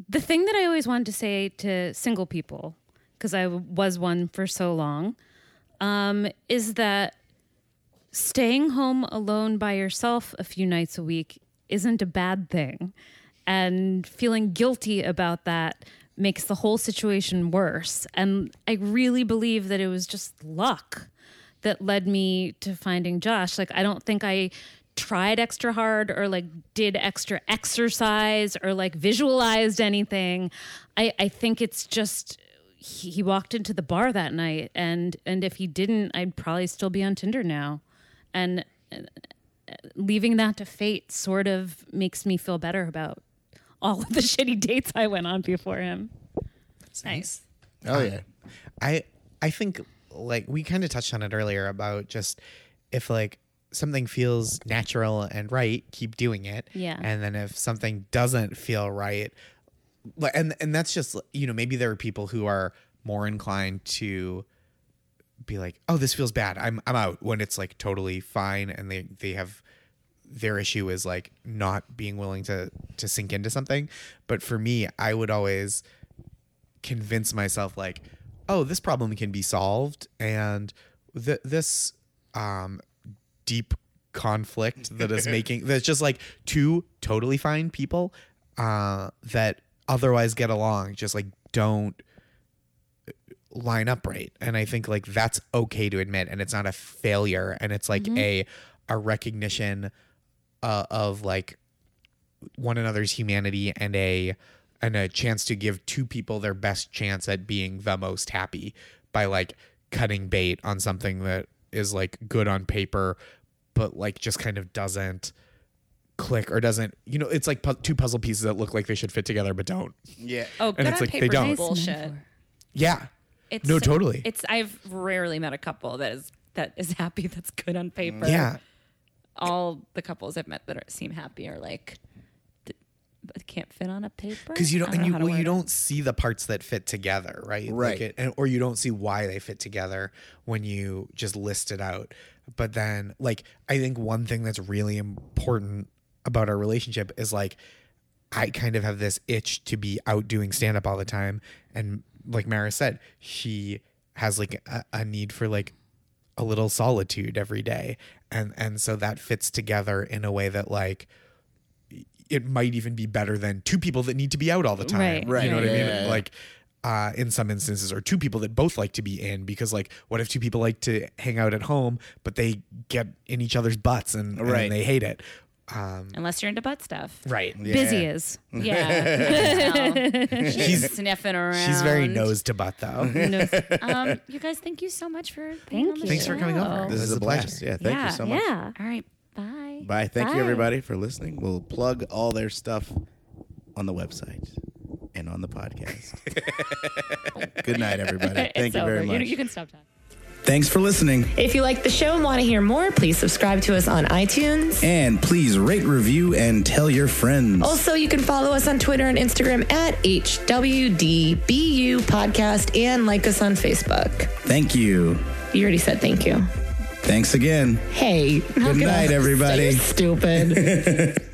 S3: the thing that I always wanted to say to single people, because I w- was one for so long, um, is that staying home alone by yourself a few nights a week isn't a bad thing. And feeling guilty about that makes the whole situation worse. And I really believe that it was just luck that led me to finding Josh. Like, I don't think I tried extra hard or like did extra exercise or like visualized anything. I, I think it's just he, he walked into the bar that night and and if he didn't I'd probably still be on Tinder now. And uh, leaving that to fate sort of makes me feel better about all of the shitty dates I went on before him.
S1: nice.
S2: Oh yeah,
S4: I I think like we kind of touched on it earlier about just if like something feels natural and right, keep doing it.
S3: Yeah.
S4: And then if something doesn't feel right, like and and that's just you know maybe there are people who are more inclined to be like, oh, this feels bad. I'm I'm out when it's like totally fine, and they they have their issue is like not being willing to to sink into something. But for me, I would always convince myself like, oh, this problem can be solved, and th- this um, deep conflict that is making that's just like two totally fine people uh, that otherwise get along just like don't line up right and i think like that's okay to admit and it's not a failure and it's like a a recognition uh, of like one another's humanity and a and a chance to give two people their best chance at being the most happy by like cutting bait on something that is like good on paper but like just kind of doesn't click or doesn't you know it's like pu- two puzzle pieces that look like they should fit together but don't
S2: yeah.
S1: Oh, good on
S4: it's like they
S1: paper
S4: don't.
S1: bullshit.
S4: yeah
S1: It's
S4: No,
S1: so-
S4: totally.
S1: It's I've rarely met a couple that is that is happy that's good on paper.
S4: yeah
S1: all the couples I've met that are, seem happy are like, "D- but can't fit on a paper.
S4: because you don't,
S1: I know
S4: and you
S1: how to
S4: well, you
S1: word it.
S4: don't see the parts that fit together, right? Like
S2: Right.
S4: it- and, or you don't see why they fit together when you just list it out. But then, like, I think one thing that's really important about our relationship is like, I kind of have this itch to be out doing stand up all the time, and like Mara said, she has like a, a need for like a little solitude every day, and and so that fits together in a way that like it might even be better than two people that need to be out all the time.
S3: Right, Right,
S4: You know what I
S2: yeah,
S4: mean?
S2: yeah, yeah.
S4: Like uh, in some instances, or two people that both like to be in because, like, what if two people like to hang out at home, but they get in each other's butts and, and
S2: Right.
S4: they hate it? Um,
S1: Unless you're into butt stuff.
S4: right.
S3: Busy is.
S1: Yeah. She's sniffing around.
S4: She's very nose to butt, though.
S3: You know,
S1: Um, you guys, thank you so much for being
S3: Thank
S1: on the
S3: you.
S4: Thanks for coming
S1: show.
S4: over.
S2: This
S4: It
S2: is
S4: was
S2: a
S4: a pleasure.
S2: blast. Yeah, thank
S1: Yeah.
S2: you so much.
S3: yeah.
S1: All right. Bye.
S2: Bye. Thank
S3: Bye.
S2: you everybody for listening. We'll plug all their stuff on the website and on the podcast. Good night, everybody. Thank you very much.
S3: You can stop talking.
S2: Thanks for listening.
S6: If you like the show and want to hear more, please subscribe to us on iTunes.
S2: And please rate, review, and tell your friends.
S6: Also, you can follow us on Twitter and Instagram at HWDBU Podcast and like us on Facebook.
S2: Thank you.
S6: You already said thank you.
S2: Thanks again.
S6: Hey,
S2: Good night, everybody.
S6: Stupid.